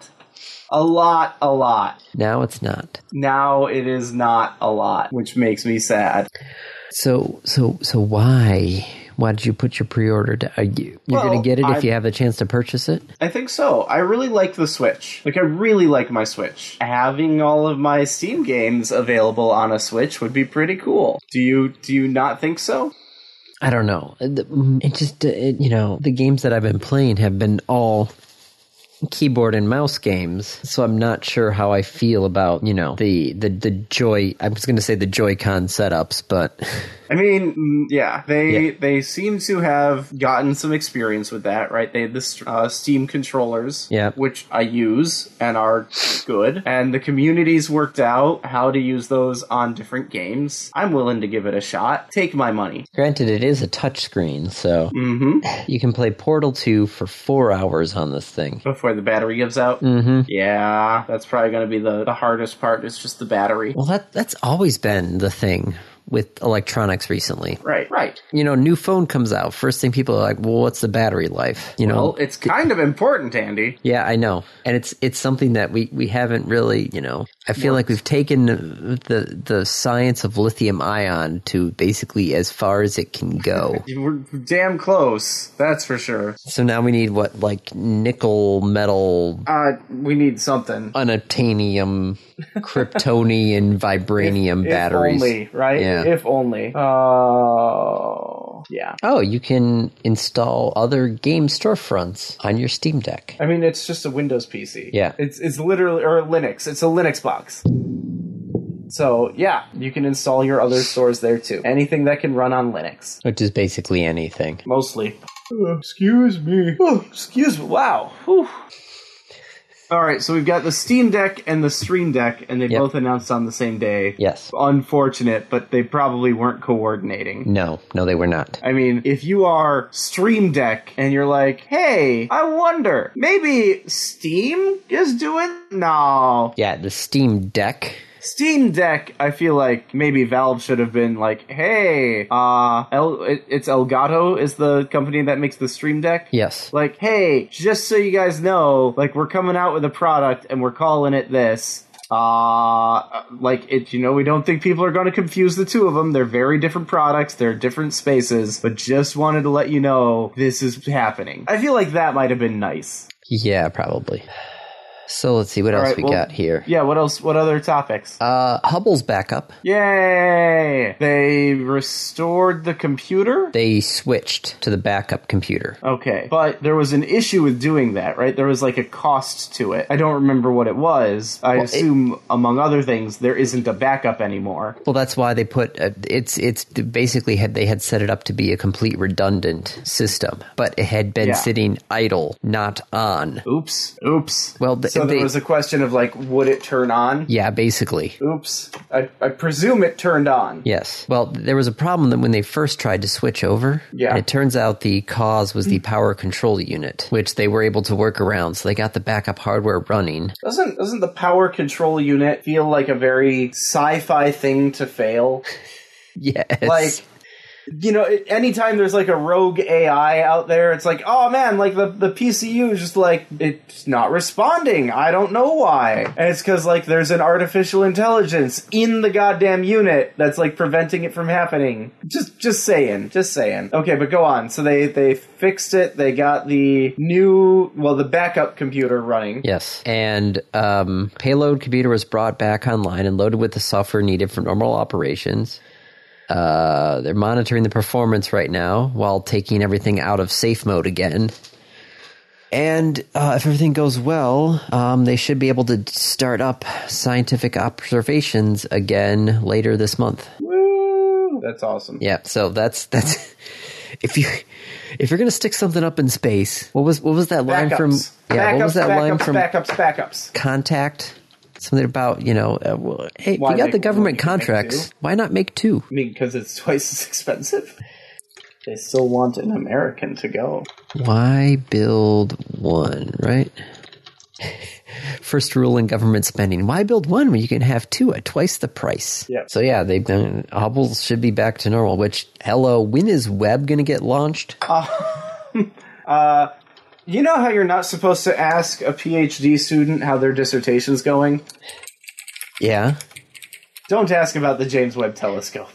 A lot, a lot. Now it's not. Now it is not a lot, which makes me sad. So so so why Why did you put your pre-order down? Are you, you're Well, going to get it if I- you have the chance to purchase it? I think so. I really like the Switch. Like, I really like my Switch. Having all of my Steam games available on a Switch would be pretty cool. Do you do you not think so? I don't know. The- mm, It just, uh, it, you know, the games that I've been playing have been all keyboard and mouse games, so I'm not sure how I feel about, you know, the the the joy. I was going to say the Joy-Con setups, but I mean, mm, yeah, they Yeah. they seem to have gotten some experience with that, right? They had the uh, Steam controllers, Yeah. which I use and are good, and the communities worked out how to use those on different games. I'm willing to give it a shot. Take my money. granted, it is a touchscreen, so hmm you can play Portal Two for four hours on this thing. Before the battery gives out. Mm-hmm. Yeah, that's probably going to be the, the hardest part. It's just the battery. Well, that that's always been the thing with electronics recently. Right, right. You know, new phone comes out. First thing people are like, "Well, what's the battery life?" You know, Well, it's kind of important, Andy. Yeah, I know, and it's it's something that we we haven't really, you know. I feel like we've taken the the science of lithium ion to basically as far as it can go. We're damn close, that's for sure. so now we need what like nickel metal. Uh, we need something. Unobtainium, kryptonium, vibranium batteries. If only, right? Yeah. If only. Oh, yeah. Oh, you can install other game storefronts on your Steam Deck. I mean, it's just a Windows PC. Yeah. It's it's literally or Linux. It's a Linux box. So yeah, you can install your other stores there too. Anything that can run on Linux, Which is basically anything. mostly. Uh, Excuse me. Oh, excuse me. Wow. Whew. All right, so we've got the Steam Deck and the Stream Deck, and they Yep. both announced on the same day. Yes. Unfortunate, but they probably weren't coordinating. No, no, they were not. I mean, if you are Stream Deck and you're like, hey, I wonder, maybe Steam is doing? No. Yeah, the Steam Deck Steam Deck, I feel like maybe Valve should have been like, hey, uh, El- it- it's Elgato is the company that makes the Stream Deck. Yes. Like, hey, just so you guys know, like, we're coming out with a product and we're calling it this. Uh, like, it, you know, we don't think people are going to confuse the two of them. They're very different products, they're different spaces, but just wanted to let you know this is happening. I feel like that might have been nice. Yeah, probably. So let's see what All else right, we well, got here. Yeah, what else? What other topics? Uh, Hubble's back up. Yay! They restored the computer? They switched to the backup computer. Okay. But there was an issue with doing that, right? There was like a cost to it. I don't remember what it was. I assume, among other things, there isn't a backup anymore. Well, that's why they put uh, it's it's basically had they had set it up to be a complete redundant system, but it had been Yeah. sitting idle, not on. Oops. Oops. Well, th- so they- there was a question of like, would it turn on? Yeah, basically. Oops. I, I presume it turned on. Yes. Well, there was a problem that when they first tried to switch over, Yeah. and it turns out the cause was the power control unit, which they were able to work around. So they got the backup hardware running. Doesn't doesn't the power control unit feel like a very sci-fi thing to fail? Yes. like you know it- anytime there's like a rogue ai out there it's like oh man like the, the pcu is just like it's not responding i don't know why and it's because like there's an artificial intelligence in the goddamn unit that's like preventing it from happening just just saying just saying okay but go on so they they fixed it they got the new well the backup computer running Yes. And um, payload computer was brought back online and loaded with the software needed for normal operations. Uh, they're monitoring the performance right now while taking everything out of safe mode again. And uh, if everything goes well, um, they should be able to start up scientific observations again later this month. Woo! that's awesome Yeah, so that's that's if you if you're gonna stick something up in space, what was what was that line backups from? Yeah, backups, what was that backups, line from? backups backups contact something about you know uh, well, hey if Why you got make the one government if you can make contracts two? why not make two I mean, because it's twice as expensive. They still want an American to go. why build one right first rule in government spending why build one when you can have two at twice the price Yeah. so yeah they've done hubble should be back to normal which hello when is web gonna get launched You know how you're not supposed to ask a PhD student how their dissertation's going? yeah Don't ask about the James Webb Telescope.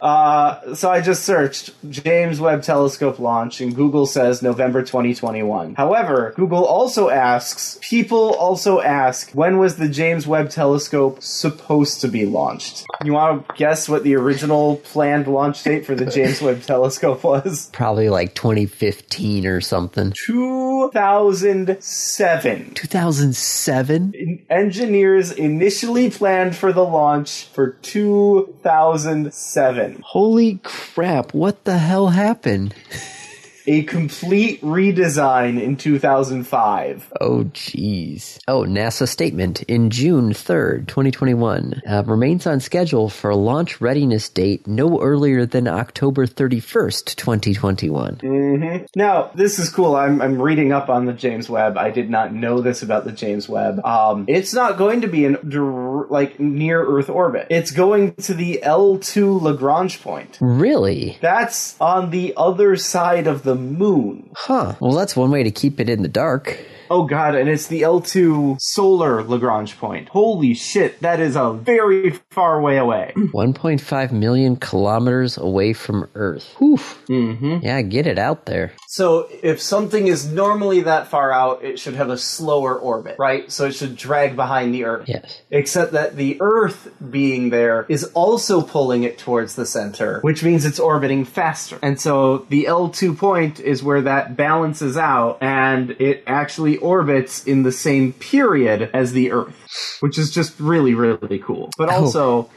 Uh, so I just searched James Webb Telescope launch, and Google says November 2021. However, Google also asks, people also ask, when was the James Webb Telescope supposed to be launched? You want to guess what the original planned launch date for the James Webb Telescope was? Probably like 2015 or something. 2007. 2007? In- Engineers initially planned for the launch for 2007. Holy crap, what the hell happened? A complete redesign in 2005. Oh, jeez. Oh, NASA statement. In June 3rd, 2021, uh, remains on schedule for launch readiness date no earlier than October 31st, 2021. Now, this is cool. I'm, I'm reading up on the James Webb. I did not know this about the James Webb. Um, it's not going to be in dir- like near Earth orbit. It's going to the L2 Lagrange point. Really? That's on the other side of the moon. Huh. Well, that's one way to keep it in the dark. Oh god, and it's the L2 solar Lagrange point. Holy shit, that is a very far way away. 1.5 million kilometers away from Earth. Whew. Mm-hmm. Yeah, get it out there. So if something is normally that far out, it should have a slower orbit, right? So it should drag behind the Earth. Yes. Except that the Earth being there is also pulling it towards the center, which means it's orbiting faster. And so the L2 point is where that balances out and it actually orbits in the same period as the Earth, which is just really, really cool. But also,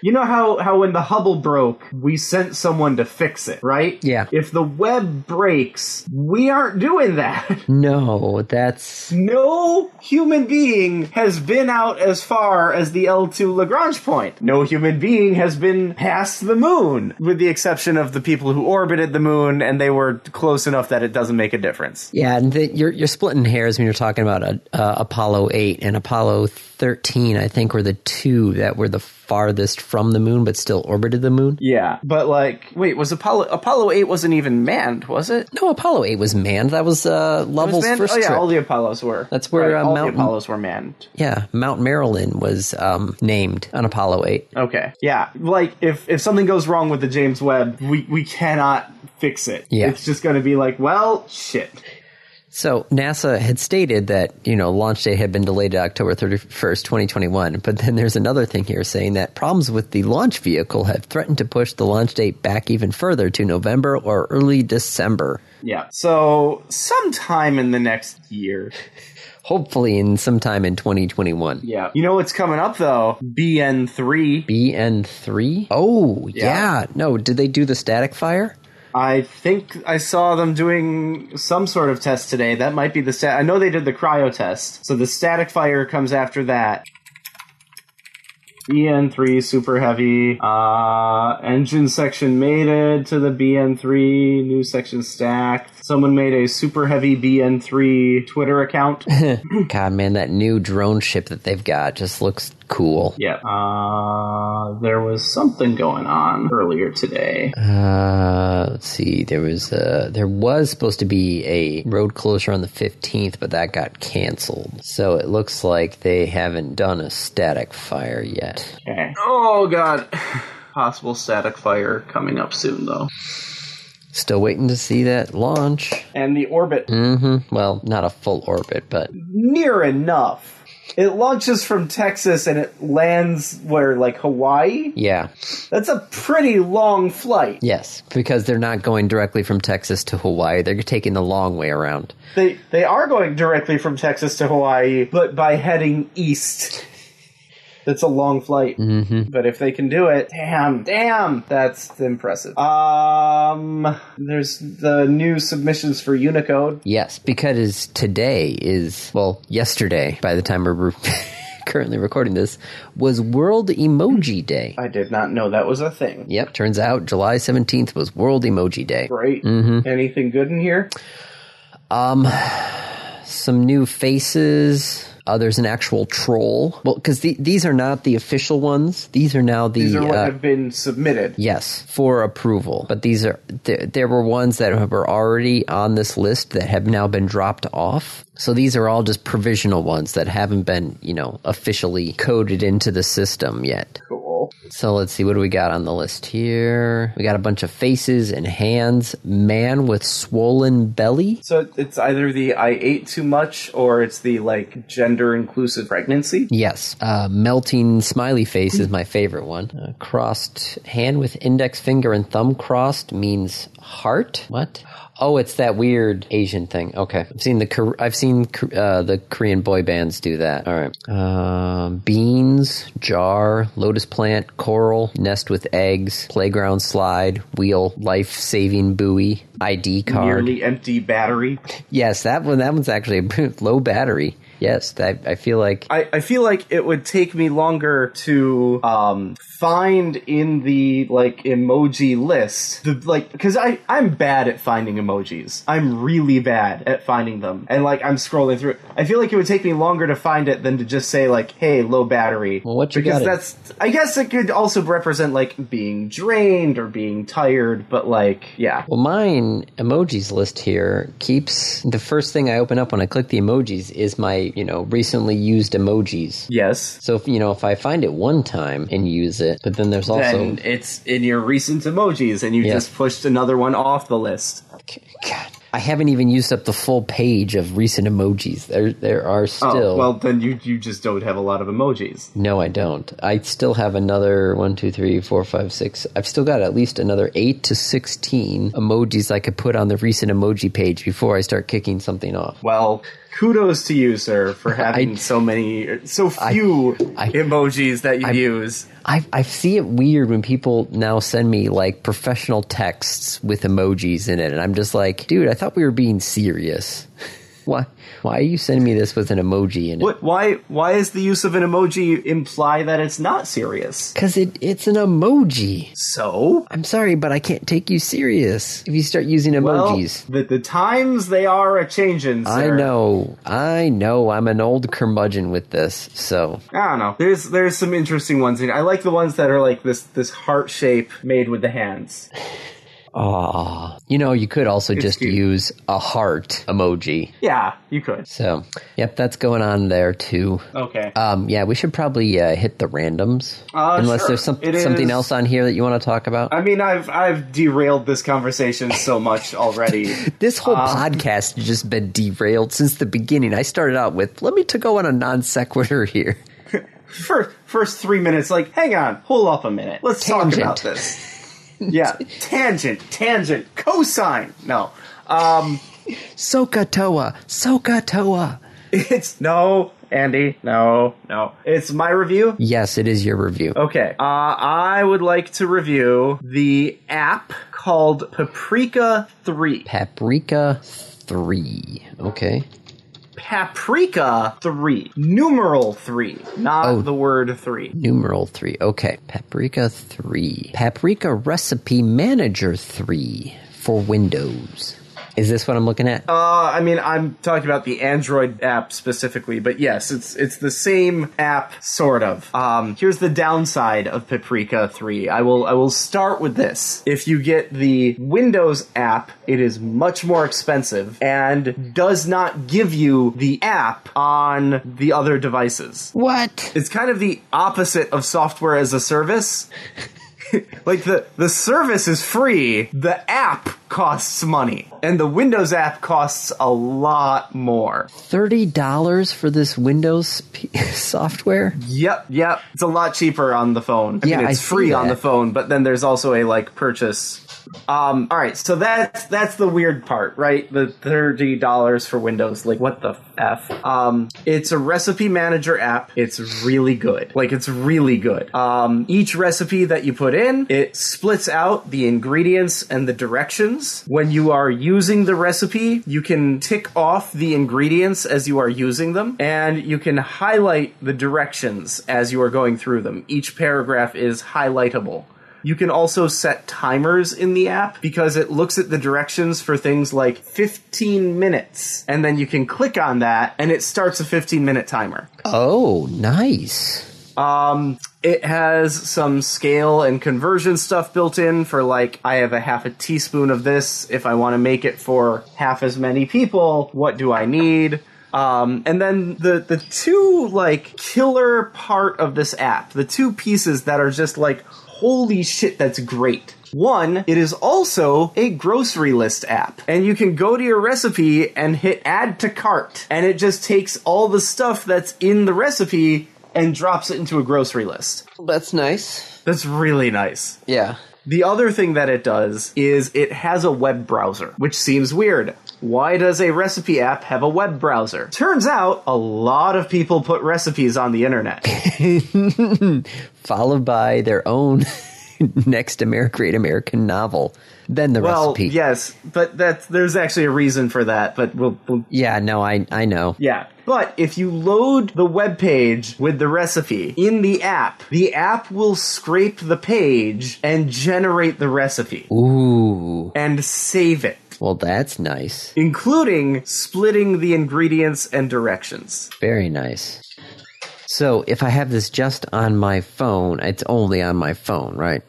you know how, how when the Hubble broke, we sent someone to fix it, right? Yeah. If the web breaks, we aren't doing that. No, that's. No human being has been out as far as the L2 Lagrange point. No human being has been past the moon, with the exception of the people who orbited the moon and they were close enough that it doesn't make a difference. Yeah, and the, you're you're splitting hairs when you're talking about uh, uh, Apollo eight and Apollo thirteen. I think were the two that were the farthest from the moon, but still orbited the moon. Yeah, but like, wait, was Apollo Apollo 8 wasn't even manned, was it? No, Apollo eight was manned. That was uh, Was Lovell's manned? first oh yeah, trip. all the Apollos were. That's where, uh, all Mountain- the Apollos were manned. yeah, Mount Marilyn was um, named on Apollo eight. Okay. Yeah. Like if if something goes wrong with the James Webb, we we cannot fix it. Yeah. It's just going to be like, well, shit. So NASA had stated that you know launch date had been delayed to October thirty first, twenty twenty one. But then there's another thing here saying that problems with the launch vehicle have threatened to push the launch date back even further to November or early December. Yeah. So sometime in the next year. Hopefully, in sometime in 2021. Yeah. You know what's coming up though? BN3. BN3? Oh, yeah. Yeah. No, did they do the static fire? I think I saw them doing some sort of test today. That might be the stat. I know they did the cryo test. So the static fire comes after that. BN3 super heavy. Uh, engine section mated to the BN3. New section stacked. Someone made a super heavy BN3 Twitter account. God, man, that new drone ship that they've got just looks cool. Yeah. Uh, there was something going on earlier today. Uh, let's see. There was uh there was supposed to be a road closure on the 15th, but that got canceled. So it looks like they haven't done a static fire yet. Okay. Oh god. Possible static fire coming up soon though. Still waiting to see that launch. And the orbit Mm-hmm. Well, not a full orbit, but near enough. It launches from Texas and it lands where like Hawaii. yeah. That's a pretty long flight. Yes, because they're not going directly from Texas to Hawaii. They're taking the long way around. They they are going directly from Texas to Hawaii, but by heading east. That's a long flight. Mm-hmm. But if they can do it, damn, damn, that's impressive. Um, there's the new submissions for Unicode. Yes, because today is, well, yesterday, by the time we're re- currently recording this, was World Emoji Day. I did not know that was a thing. Yep, turns out July 17th was World Emoji Day. Great. Anything good in here? Some new faces. Uh, there's an actual troll. Well, because the, these are not the official ones. These are now the. These are what uh, have been submitted. Yes, for approval. But these are there, there were ones that were already on this list that have now been dropped off. So these are all just provisional ones that haven't been, you know, officially coded into the system yet. Cool. cool. So let's see what do we got on the list here. We got a bunch of faces and hands. Man with swollen belly. So it's either the I ate too much or it's the like gender inclusive pregnancy. Yes, uh, melting smiley face is my favorite one. Uh, crossed hand with index finger and thumb crossed means heart. What? Oh, it's that weird Asian thing. Okay, I've seen the Kor- I've seen Kor- uh, the Korean boy bands do that. All right, um, beans, jar, lotus plant, coral, nest with eggs, playground slide, wheel, life saving buoy, ID card. Nearly empty battery. Yes, that one. That one's actually a low battery. Yes, that, I feel like I, I feel like it would take me longer to um, find in the like emoji list the like because I I'm bad at finding emojis. I'm really bad at finding them, and like I'm scrolling through. I feel like it would take me longer to find it than to just say like, "Hey, low battery." Well, what you got because it? that's I guess it could also represent like being drained or being tired, but like yeah, Well, mine emojis list here keeps the first thing I open up when I click the emojis is my, you know, recently used emojis. yes. So, if, you know, if I find it one time and use it, but then there's also. Then it's in your recent emojis, and you Yeah. just pushed another one off the list. God, I haven't even used up the full page of recent emojis. There, there are still. Oh, well, then you you just don't have a lot of emojis. No, I don't. I still have another one, two, three, four, five, six. I've still got at least another eight to sixteen emojis I could put on the recent emoji page before I start kicking something off. Well, kudos to you, sir, for having so many, so few I- emojis that you use. I, I see it weird when people now send me like professional texts with emojis in it, and I'm just like, dude, I thought we were being serious. why? Why are you sending me this with an emoji in it? What? Why? Why is the use of an emoji imply that it's not serious? Because it, it's an emoji. So. I'm sorry, but I can't take you serious if you start using Well, emojis. the, the times they are a changing. Sir. I know, I know. I'm an old curmudgeon with this, so I don't know. There's there's some interesting ones. in- I like the ones that are like this this heart shape made with the hands. ah, you know, you could also just cute. use a heart emoji. Yeah, you could. So, yep, that's going on there too. Okay. Um, yeah, we should probably uh, hit the randoms. Uh, Unless sure. there's some, It something is- Uh, else on here that you want to talk about. I mean, I've I've derailed this conversation so much already. this whole um, podcast has just been derailed since the beginning. I started out with, let me to go on a non sequitur here. first first three minutes like hang on hold up a minute let's Tangent. talk about this yeah tangent tangent cosine no um Soka Sokatoa. it's no andy no no it's my review Yes, it is your review. okay uh, i would like to review the app called paprika 3 Paprika 3. Okay. paprika 3 numeral 3 not Oh. the word 3 Numeral 3. Okay. Paprika 3. Paprika Recipe Manager 3 for Windows. Is this what I'm looking at? Uh, I mean, I'm talking about the Android app specifically, but yes, it's it's the same app, sort of. Um, here's the downside of Paprika 3. I will I will start with this. If you get the Windows app, it is much more expensive and does not give you the app on the other devices. what? It's kind of the opposite of software as a service. like the the service is free, the app costs money, and the Windows app costs a lot more. thirty dollars for this Windows p- software? Yep, yep, it's a lot cheaper on the phone. I Yeah, mean, I it's see free on that. the phone, but then there's also a like purchase. Um, all right, so that's that's the weird part, right? The thirty dollars for Windows, like what the f? Um, it's a recipe manager app. It's really good, like it's really good. Um, each recipe that you put in, it splits out the ingredients and the directions. When you are using the recipe, you can tick off the ingredients as you are using them, and you can highlight the directions as you are going through them. Each paragraph is highlightable. You can also set timers in the app because it looks at the directions for things like 15 minutes, and then you can click on that and it starts a 15 minute timer. Oh, nice. Um, it has some scale and conversion stuff built in for like, I have a half a teaspoon of this. If I want to make it for half as many people, what do I need? Um, and then the the two like killer part of this app, the two pieces that are just like holy shit, that's great. One, it is also a grocery list app. And you can go to your recipe and hit add to cart. And it just takes all the stuff that's in the recipe and drops it into a grocery list. That's nice. That's really nice. Yeah. The other thing that it does is it has a web browser, which seems weird. Why does a recipe app have a web browser? Turns out a lot of people put recipes on the internet. Followed by their own next Amer- great American novel, then the well, recipe. yes, but that's there's actually a reason for that, but we'll, we'll Yeah, no, I I know. Yeah. But if you load the web page with the recipe in the app, the app will scrape the page and generate the recipe Ooh. and save it, Well, that's nice. including splitting the ingredients and directions. Very nice. So, if I have this just on my phone, it's only on my phone, right?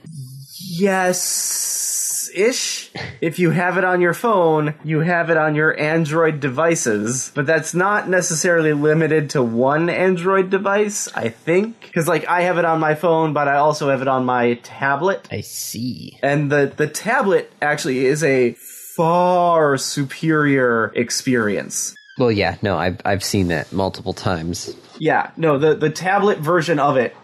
Yes. Ish. If you have it on your phone, you have it on your Android devices, but that's not necessarily limited to one Android device, I think. Because, like, I have it on my phone, but I also have it on my tablet. I see. and the the tablet actually is a far superior experience. Well, yeah, no, I've I've seen that multiple times. Yeah, no, the the tablet version of it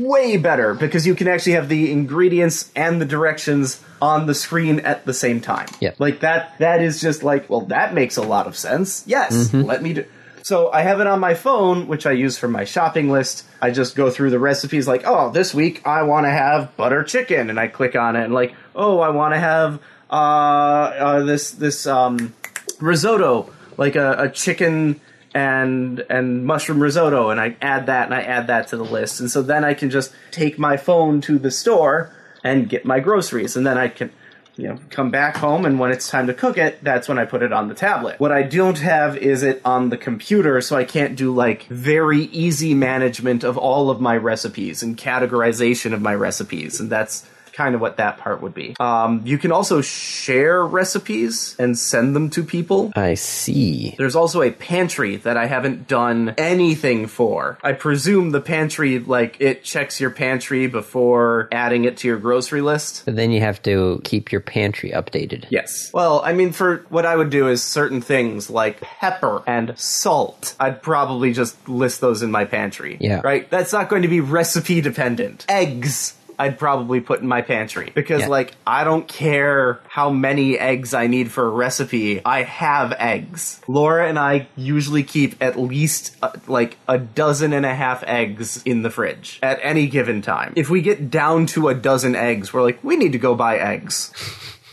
way better because you can actually have the ingredients and the directions on the screen at the same time. Yeah. Like that that is just like, well that makes a lot of sense. Yes, let me do so I have it on my phone, which I use for my shopping list. I just go through the recipes like, oh, this week I want to have butter chicken and I click on it and like, oh, I want to have uh, uh this this um risotto, like a, a chicken and and mushroom risotto, and I add that and I add that to the list, and so then I can just take my phone to the store and get my groceries, and then I can you know come back home and when it's time to cook it that's when i put it on the tablet what i don't have is it on the computer so i can't do like very easy management of all of my recipes and categorization of my recipes and that's kind of what that part would be um, you can also share recipes and send them to people I see. there's also a pantry that I haven't done anything for. I presume the pantry, like, it checks your pantry before adding it to your grocery list. But then you have to keep your pantry updated. Yes. Well, I mean, for what I would do is certain things like pepper and salt, I'd probably just list those in my pantry. Yeah. Right? That's not going to be recipe dependent. Eggs. I'd probably put in my pantry because, Yeah. like, I don't care how many eggs I need for a recipe. I have eggs. Laura and I usually keep at least uh, like a dozen and a half eggs in the fridge at any given time. If we get down to a dozen eggs, we're like, we need to go buy eggs.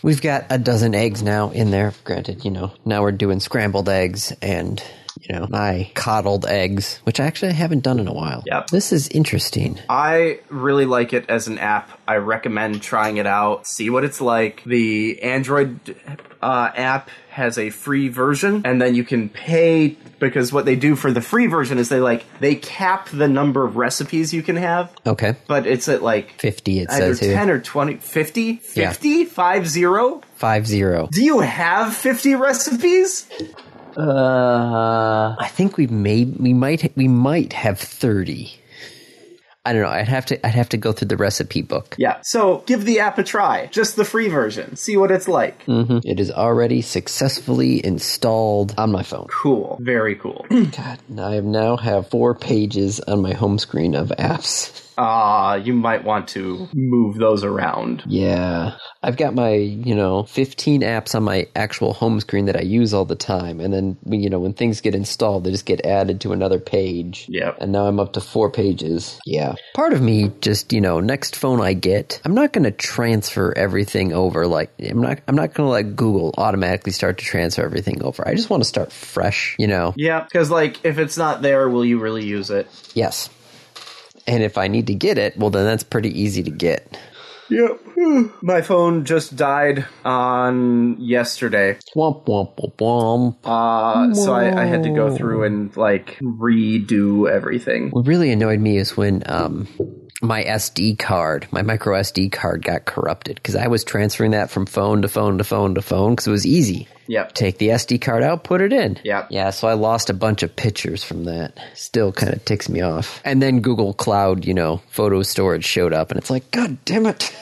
We've got a dozen eggs now in there. Granted, you know, now we're doing scrambled eggs and, you know, my coddled eggs, which I actually haven't done in a while. Yep. This is interesting. I really like it as an app. I recommend trying it out, see what it's like. The Android uh, app has a free version, and then you can pay because what they do for the free version is they like they cap the number of recipes you can have, Okay. but it's at like 50, it either says here. 10 or 20, 50, Yeah. 50, 5 0. 5 0. Do you have 50 recipes? Uh, I think we may we might we might have thirty. I don't know. I'd have to I'd have to go through the recipe book. Yeah. So give the app a try, just the free version, see what it's like. It is already successfully installed on my phone. Cool. Very cool. God, now I now have four pages on my home screen of apps. Ah, you might want to move those around. Yeah, I've got my you know fifteen apps on my actual home screen that I use all the time, and then you know when things get installed, they just get added to another page. Yep. and now I'm up to four pages. Yeah, part of me just you know next phone I get, I'm not going to transfer everything over. Like I'm not I'm not going to let Google automatically start to transfer everything over. I just want to start fresh. You know. Yeah, because like if it's not there, will you really use it? Yes. And if I need to get it, well then that's pretty easy to get. Yep. My phone just died on yesterday, Womp womp womp womp. uh, so I, I had to go through and like redo everything. what really annoyed me is when um my SD card, my micro SD card got corrupted because I was transferring that from phone to phone to phone to phone because it was easy. Yep. Take the SD card out, put it in. Yep. Yeah, so I lost a bunch of pictures from that. Still kind of ticks me off. And then Google Cloud, you know, photo storage showed up and it's like, God damn it.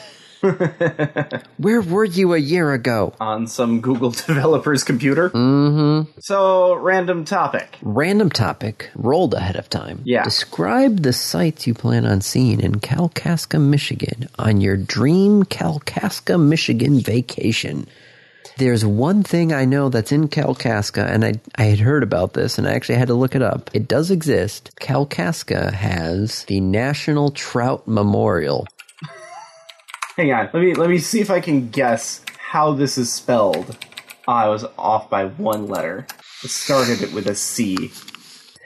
Where were you a year ago? On some Google developer's computer. Mm-hmm. So, random topic. Random topic, rolled ahead of time. Yeah. Describe the sites you plan on seeing in Kalkaska, Michigan on your dream Kalkaska, Michigan vacation. There's one thing I know that's in Kalkaska, and I, I had heard about this, and I actually had to look it up. It does exist. Kalkaska has the National Trout Memorial. Hang on. Let me let me see if I can guess how this is spelled. Ah, I was off by one letter. It started it with a C.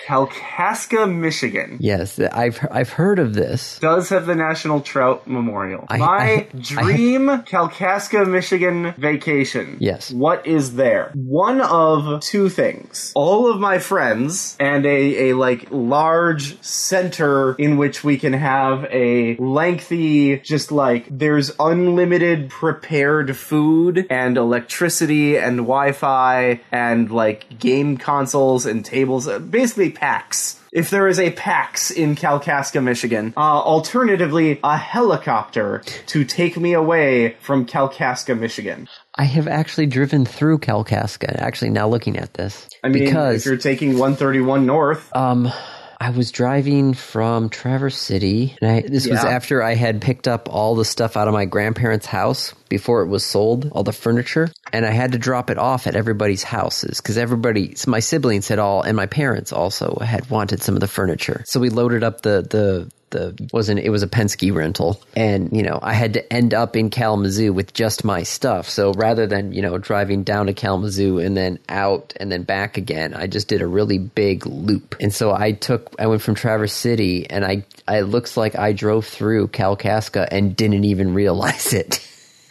Kalkaska, Michigan. Yes, I've, I've heard of this. does have the National Trout Memorial. I- My I- I- dream Kalkaska, Michigan vacation. Yes. What is there? One of two things. All of my friends and a, a like large center in which we can have a lengthy, just like there's unlimited prepared food and electricity and Wi-Fi and like game consoles and tables, uh, basically packs if there is a PAX in Kalkaska, Michigan. Uh, alternatively, a helicopter to take me away from Kalkaska, Michigan. I have actually driven through Kalkaska, actually, now looking at this. I mean, because if you're taking 131 north, Um, I was driving from Traverse City, and I, this was Yeah. after I had picked up all the stuff out of my grandparents' house before it was sold, all the furniture, and I had to drop it off at everybody's houses because everybody, so my siblings had all, and my parents also had wanted some of the furniture, so we loaded up the the. The, wasn't it was a Penske rental, and you know I had to end up in Kalamazoo with just my stuff. So rather than you know driving down to Kalamazoo and then out and then back again, I just did a really big loop. And so I took I went from Traverse City, and I I- it looks like I drove through Kalkaska and didn't even realize it.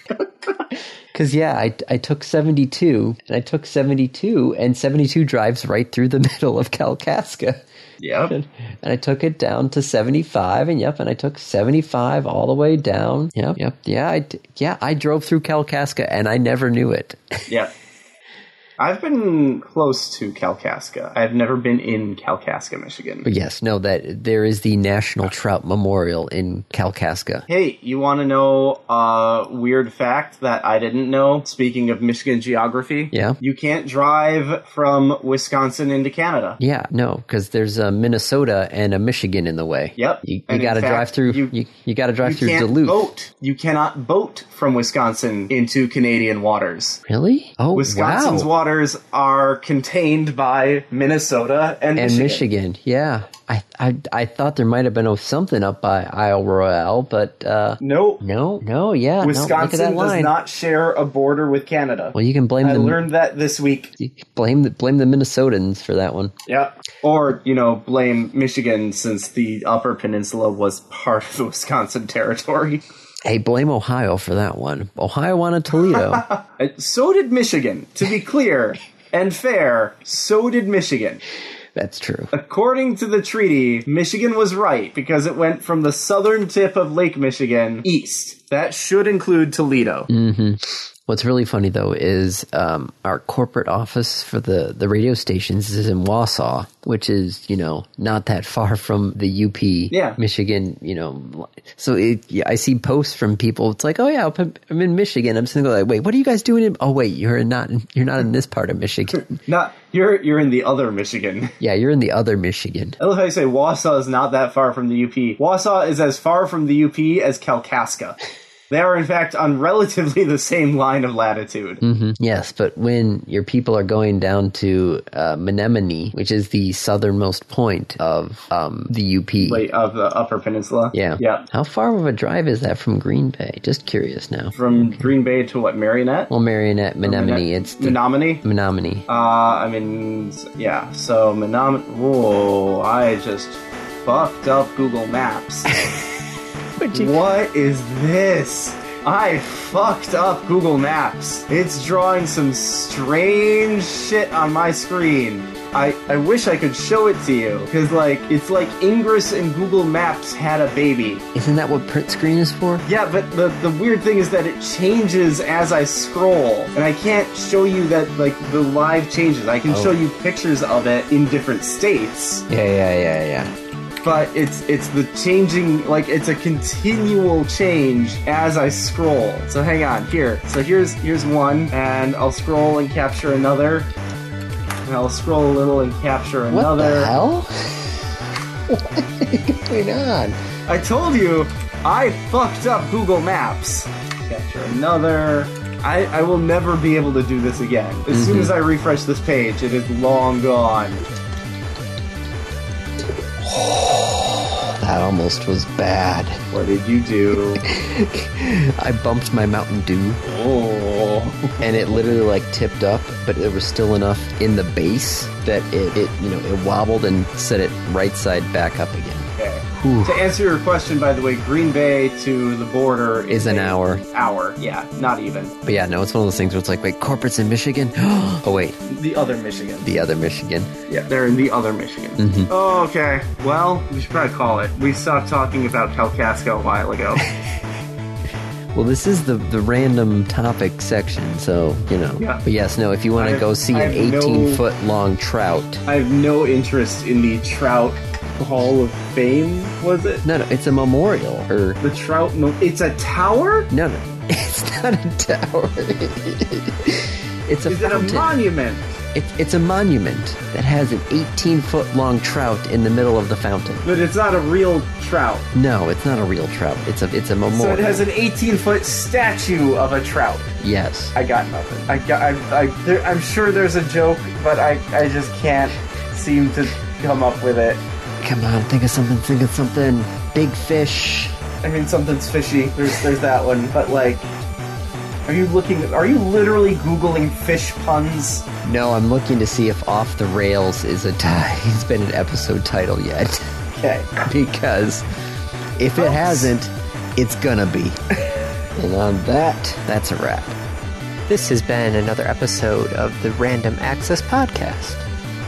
Because yeah, I I took seventy two, and I took seventy two, and seventy two drives right through the middle of Kalkaska yep. and I took it down to 75 and yep and I took 75 all the way down yep yep yeah I d- yeah I drove through Kalkaska and I never knew it Yep. I've been close to Kalkaska. I've never been in Kalkaska, Michigan. but yes no that there is the National Trout Memorial in Kalkaska Hey, you want to know a weird fact that I didn't know? Speaking of Michigan geography, Yeah. you can't drive from Wisconsin into Canada. yeah no because there's a Minnesota and a Michigan in the way Yep. you, you And in gotta fact, drive through you, you- you, gotta drive you through can't Duluth boat. You cannot boat from Wisconsin into Canadian waters. really oh Wisconsin's wow waters are contained by Minnesota and, and Michigan. Michigan yeah I, I I thought there might have been something up by Isle Royale but uh No, no no yeah no, look at Wisconsin that does line. not share a border with Canada. Well, you can blame I the learned that this week. blame the blame the Minnesotans for that one. Yep. Or, you know, blame Michigan since the Upper Peninsula was part of the Wisconsin territory. Hey, blame Ohio for that one. Ohio wanted Toledo. Uh, So did Michigan, to be clear and fair. So did Michigan. That's true. According to the treaty, Michigan was right because it went from the southern tip of Lake Michigan east. That should include Toledo. Mm. What's really funny though is um, our corporate office for the the radio stations is in Wausau, which is you know not that far from the UP, Yeah. Michigan. You know, li- so it, yeah, I see posts from people. It's like, oh yeah, I'm I'm in Michigan. I'm sitting there like, wait, what are you guys doing? In, oh wait, you're not in- you're not in this part of Michigan. Not you're you're in the other Michigan. yeah, you're in the other Michigan. I love how you say Wausau is not that far from the UP. Wausau is as far from the UP as Kalkaska. They are in fact on relatively the same line of latitude. Mm-hmm. Yes, but when your people are going down to uh, Menemone, which is the southernmost point of um, the UP. Like, of the Upper Peninsula. Yeah. Yeah. How far of a drive is that from Green Bay? Just curious now. From Green Bay to what, Marionette? Well, Marionette, Menemone, Mm-hmm. it's the Menominee? Menominee. Uh, I mean, yeah. So Menom. Whoa! I just fucked up Google Maps. what is this? I fucked up Google Maps. It's drawing some strange shit on my screen. I, I wish I could show it to you because like it's like Ingress and Google Maps had a baby. Isn't that what print screen is for? Yeah, but the the weird thing is that it changes as I scroll, and I can't show you that like the live changes. I can Oh. show you pictures of it in different states, Yeah, yeah, yeah, yeah. but it's it's the changing like it's a continual change as I scroll. So hang on here. So here's here's one, and I'll scroll and capture another. And I'll scroll a little and capture What another. the hell? what is going on? I told you, I fucked up Google Maps. Capture another. I, I will never be able to do this again. As Mm-hmm. soon as I refresh this page, it is long gone. That almost was bad. What did you do? I bumped my Mountain Dew oh. and it literally like tipped up, but there was still enough in the base that it, it you know, it wobbled and set it right side back up again. Okay. Whew. To answer your question, by the way, Green Bay to the border Is an a hour. Hour, yeah, not even. But yeah, no, it's one of those things where it's like, wait, corporate's in Michigan? oh, wait, The other Michigan. the other Michigan. Yeah, they're in the other Michigan. Mm-hmm. Oh, okay. Well, we should probably call it. We stopped talking about Kalkaska a while ago. Well, this is the, the random topic section, so, you know. Yeah. But yes, no, if you I want to have- go see I an have no- 18 foot long trout, I have no interest in the Trout Hall of Fame, was it? no, no, it's a memorial. Or, The Trout Mo- It's a tower? no, no, it's not a tower. it's a Is it a fountain. monument? it's, it's a monument that has an 18 foot long trout in the middle of the fountain. But it's not a real trout. No, it's not a real trout. It's a it's a So memorial. it has an 18 foot statue of a trout. yes. I got nothing. I got, I, I, there, I'm sure there's a joke, but I, I just can't seem to come up with it. Come on, think of something, think of something. Big fish. I mean, something's fishy. There's, there's that one. But like, are you looking? Are you literally googling fish puns? No, I'm looking to see if Off the Rails is a tie. It's been an episode title yet. Okay. because if it hasn't, it's gonna be. and on that, that's a wrap. This has been another episode of the Random Access Podcast.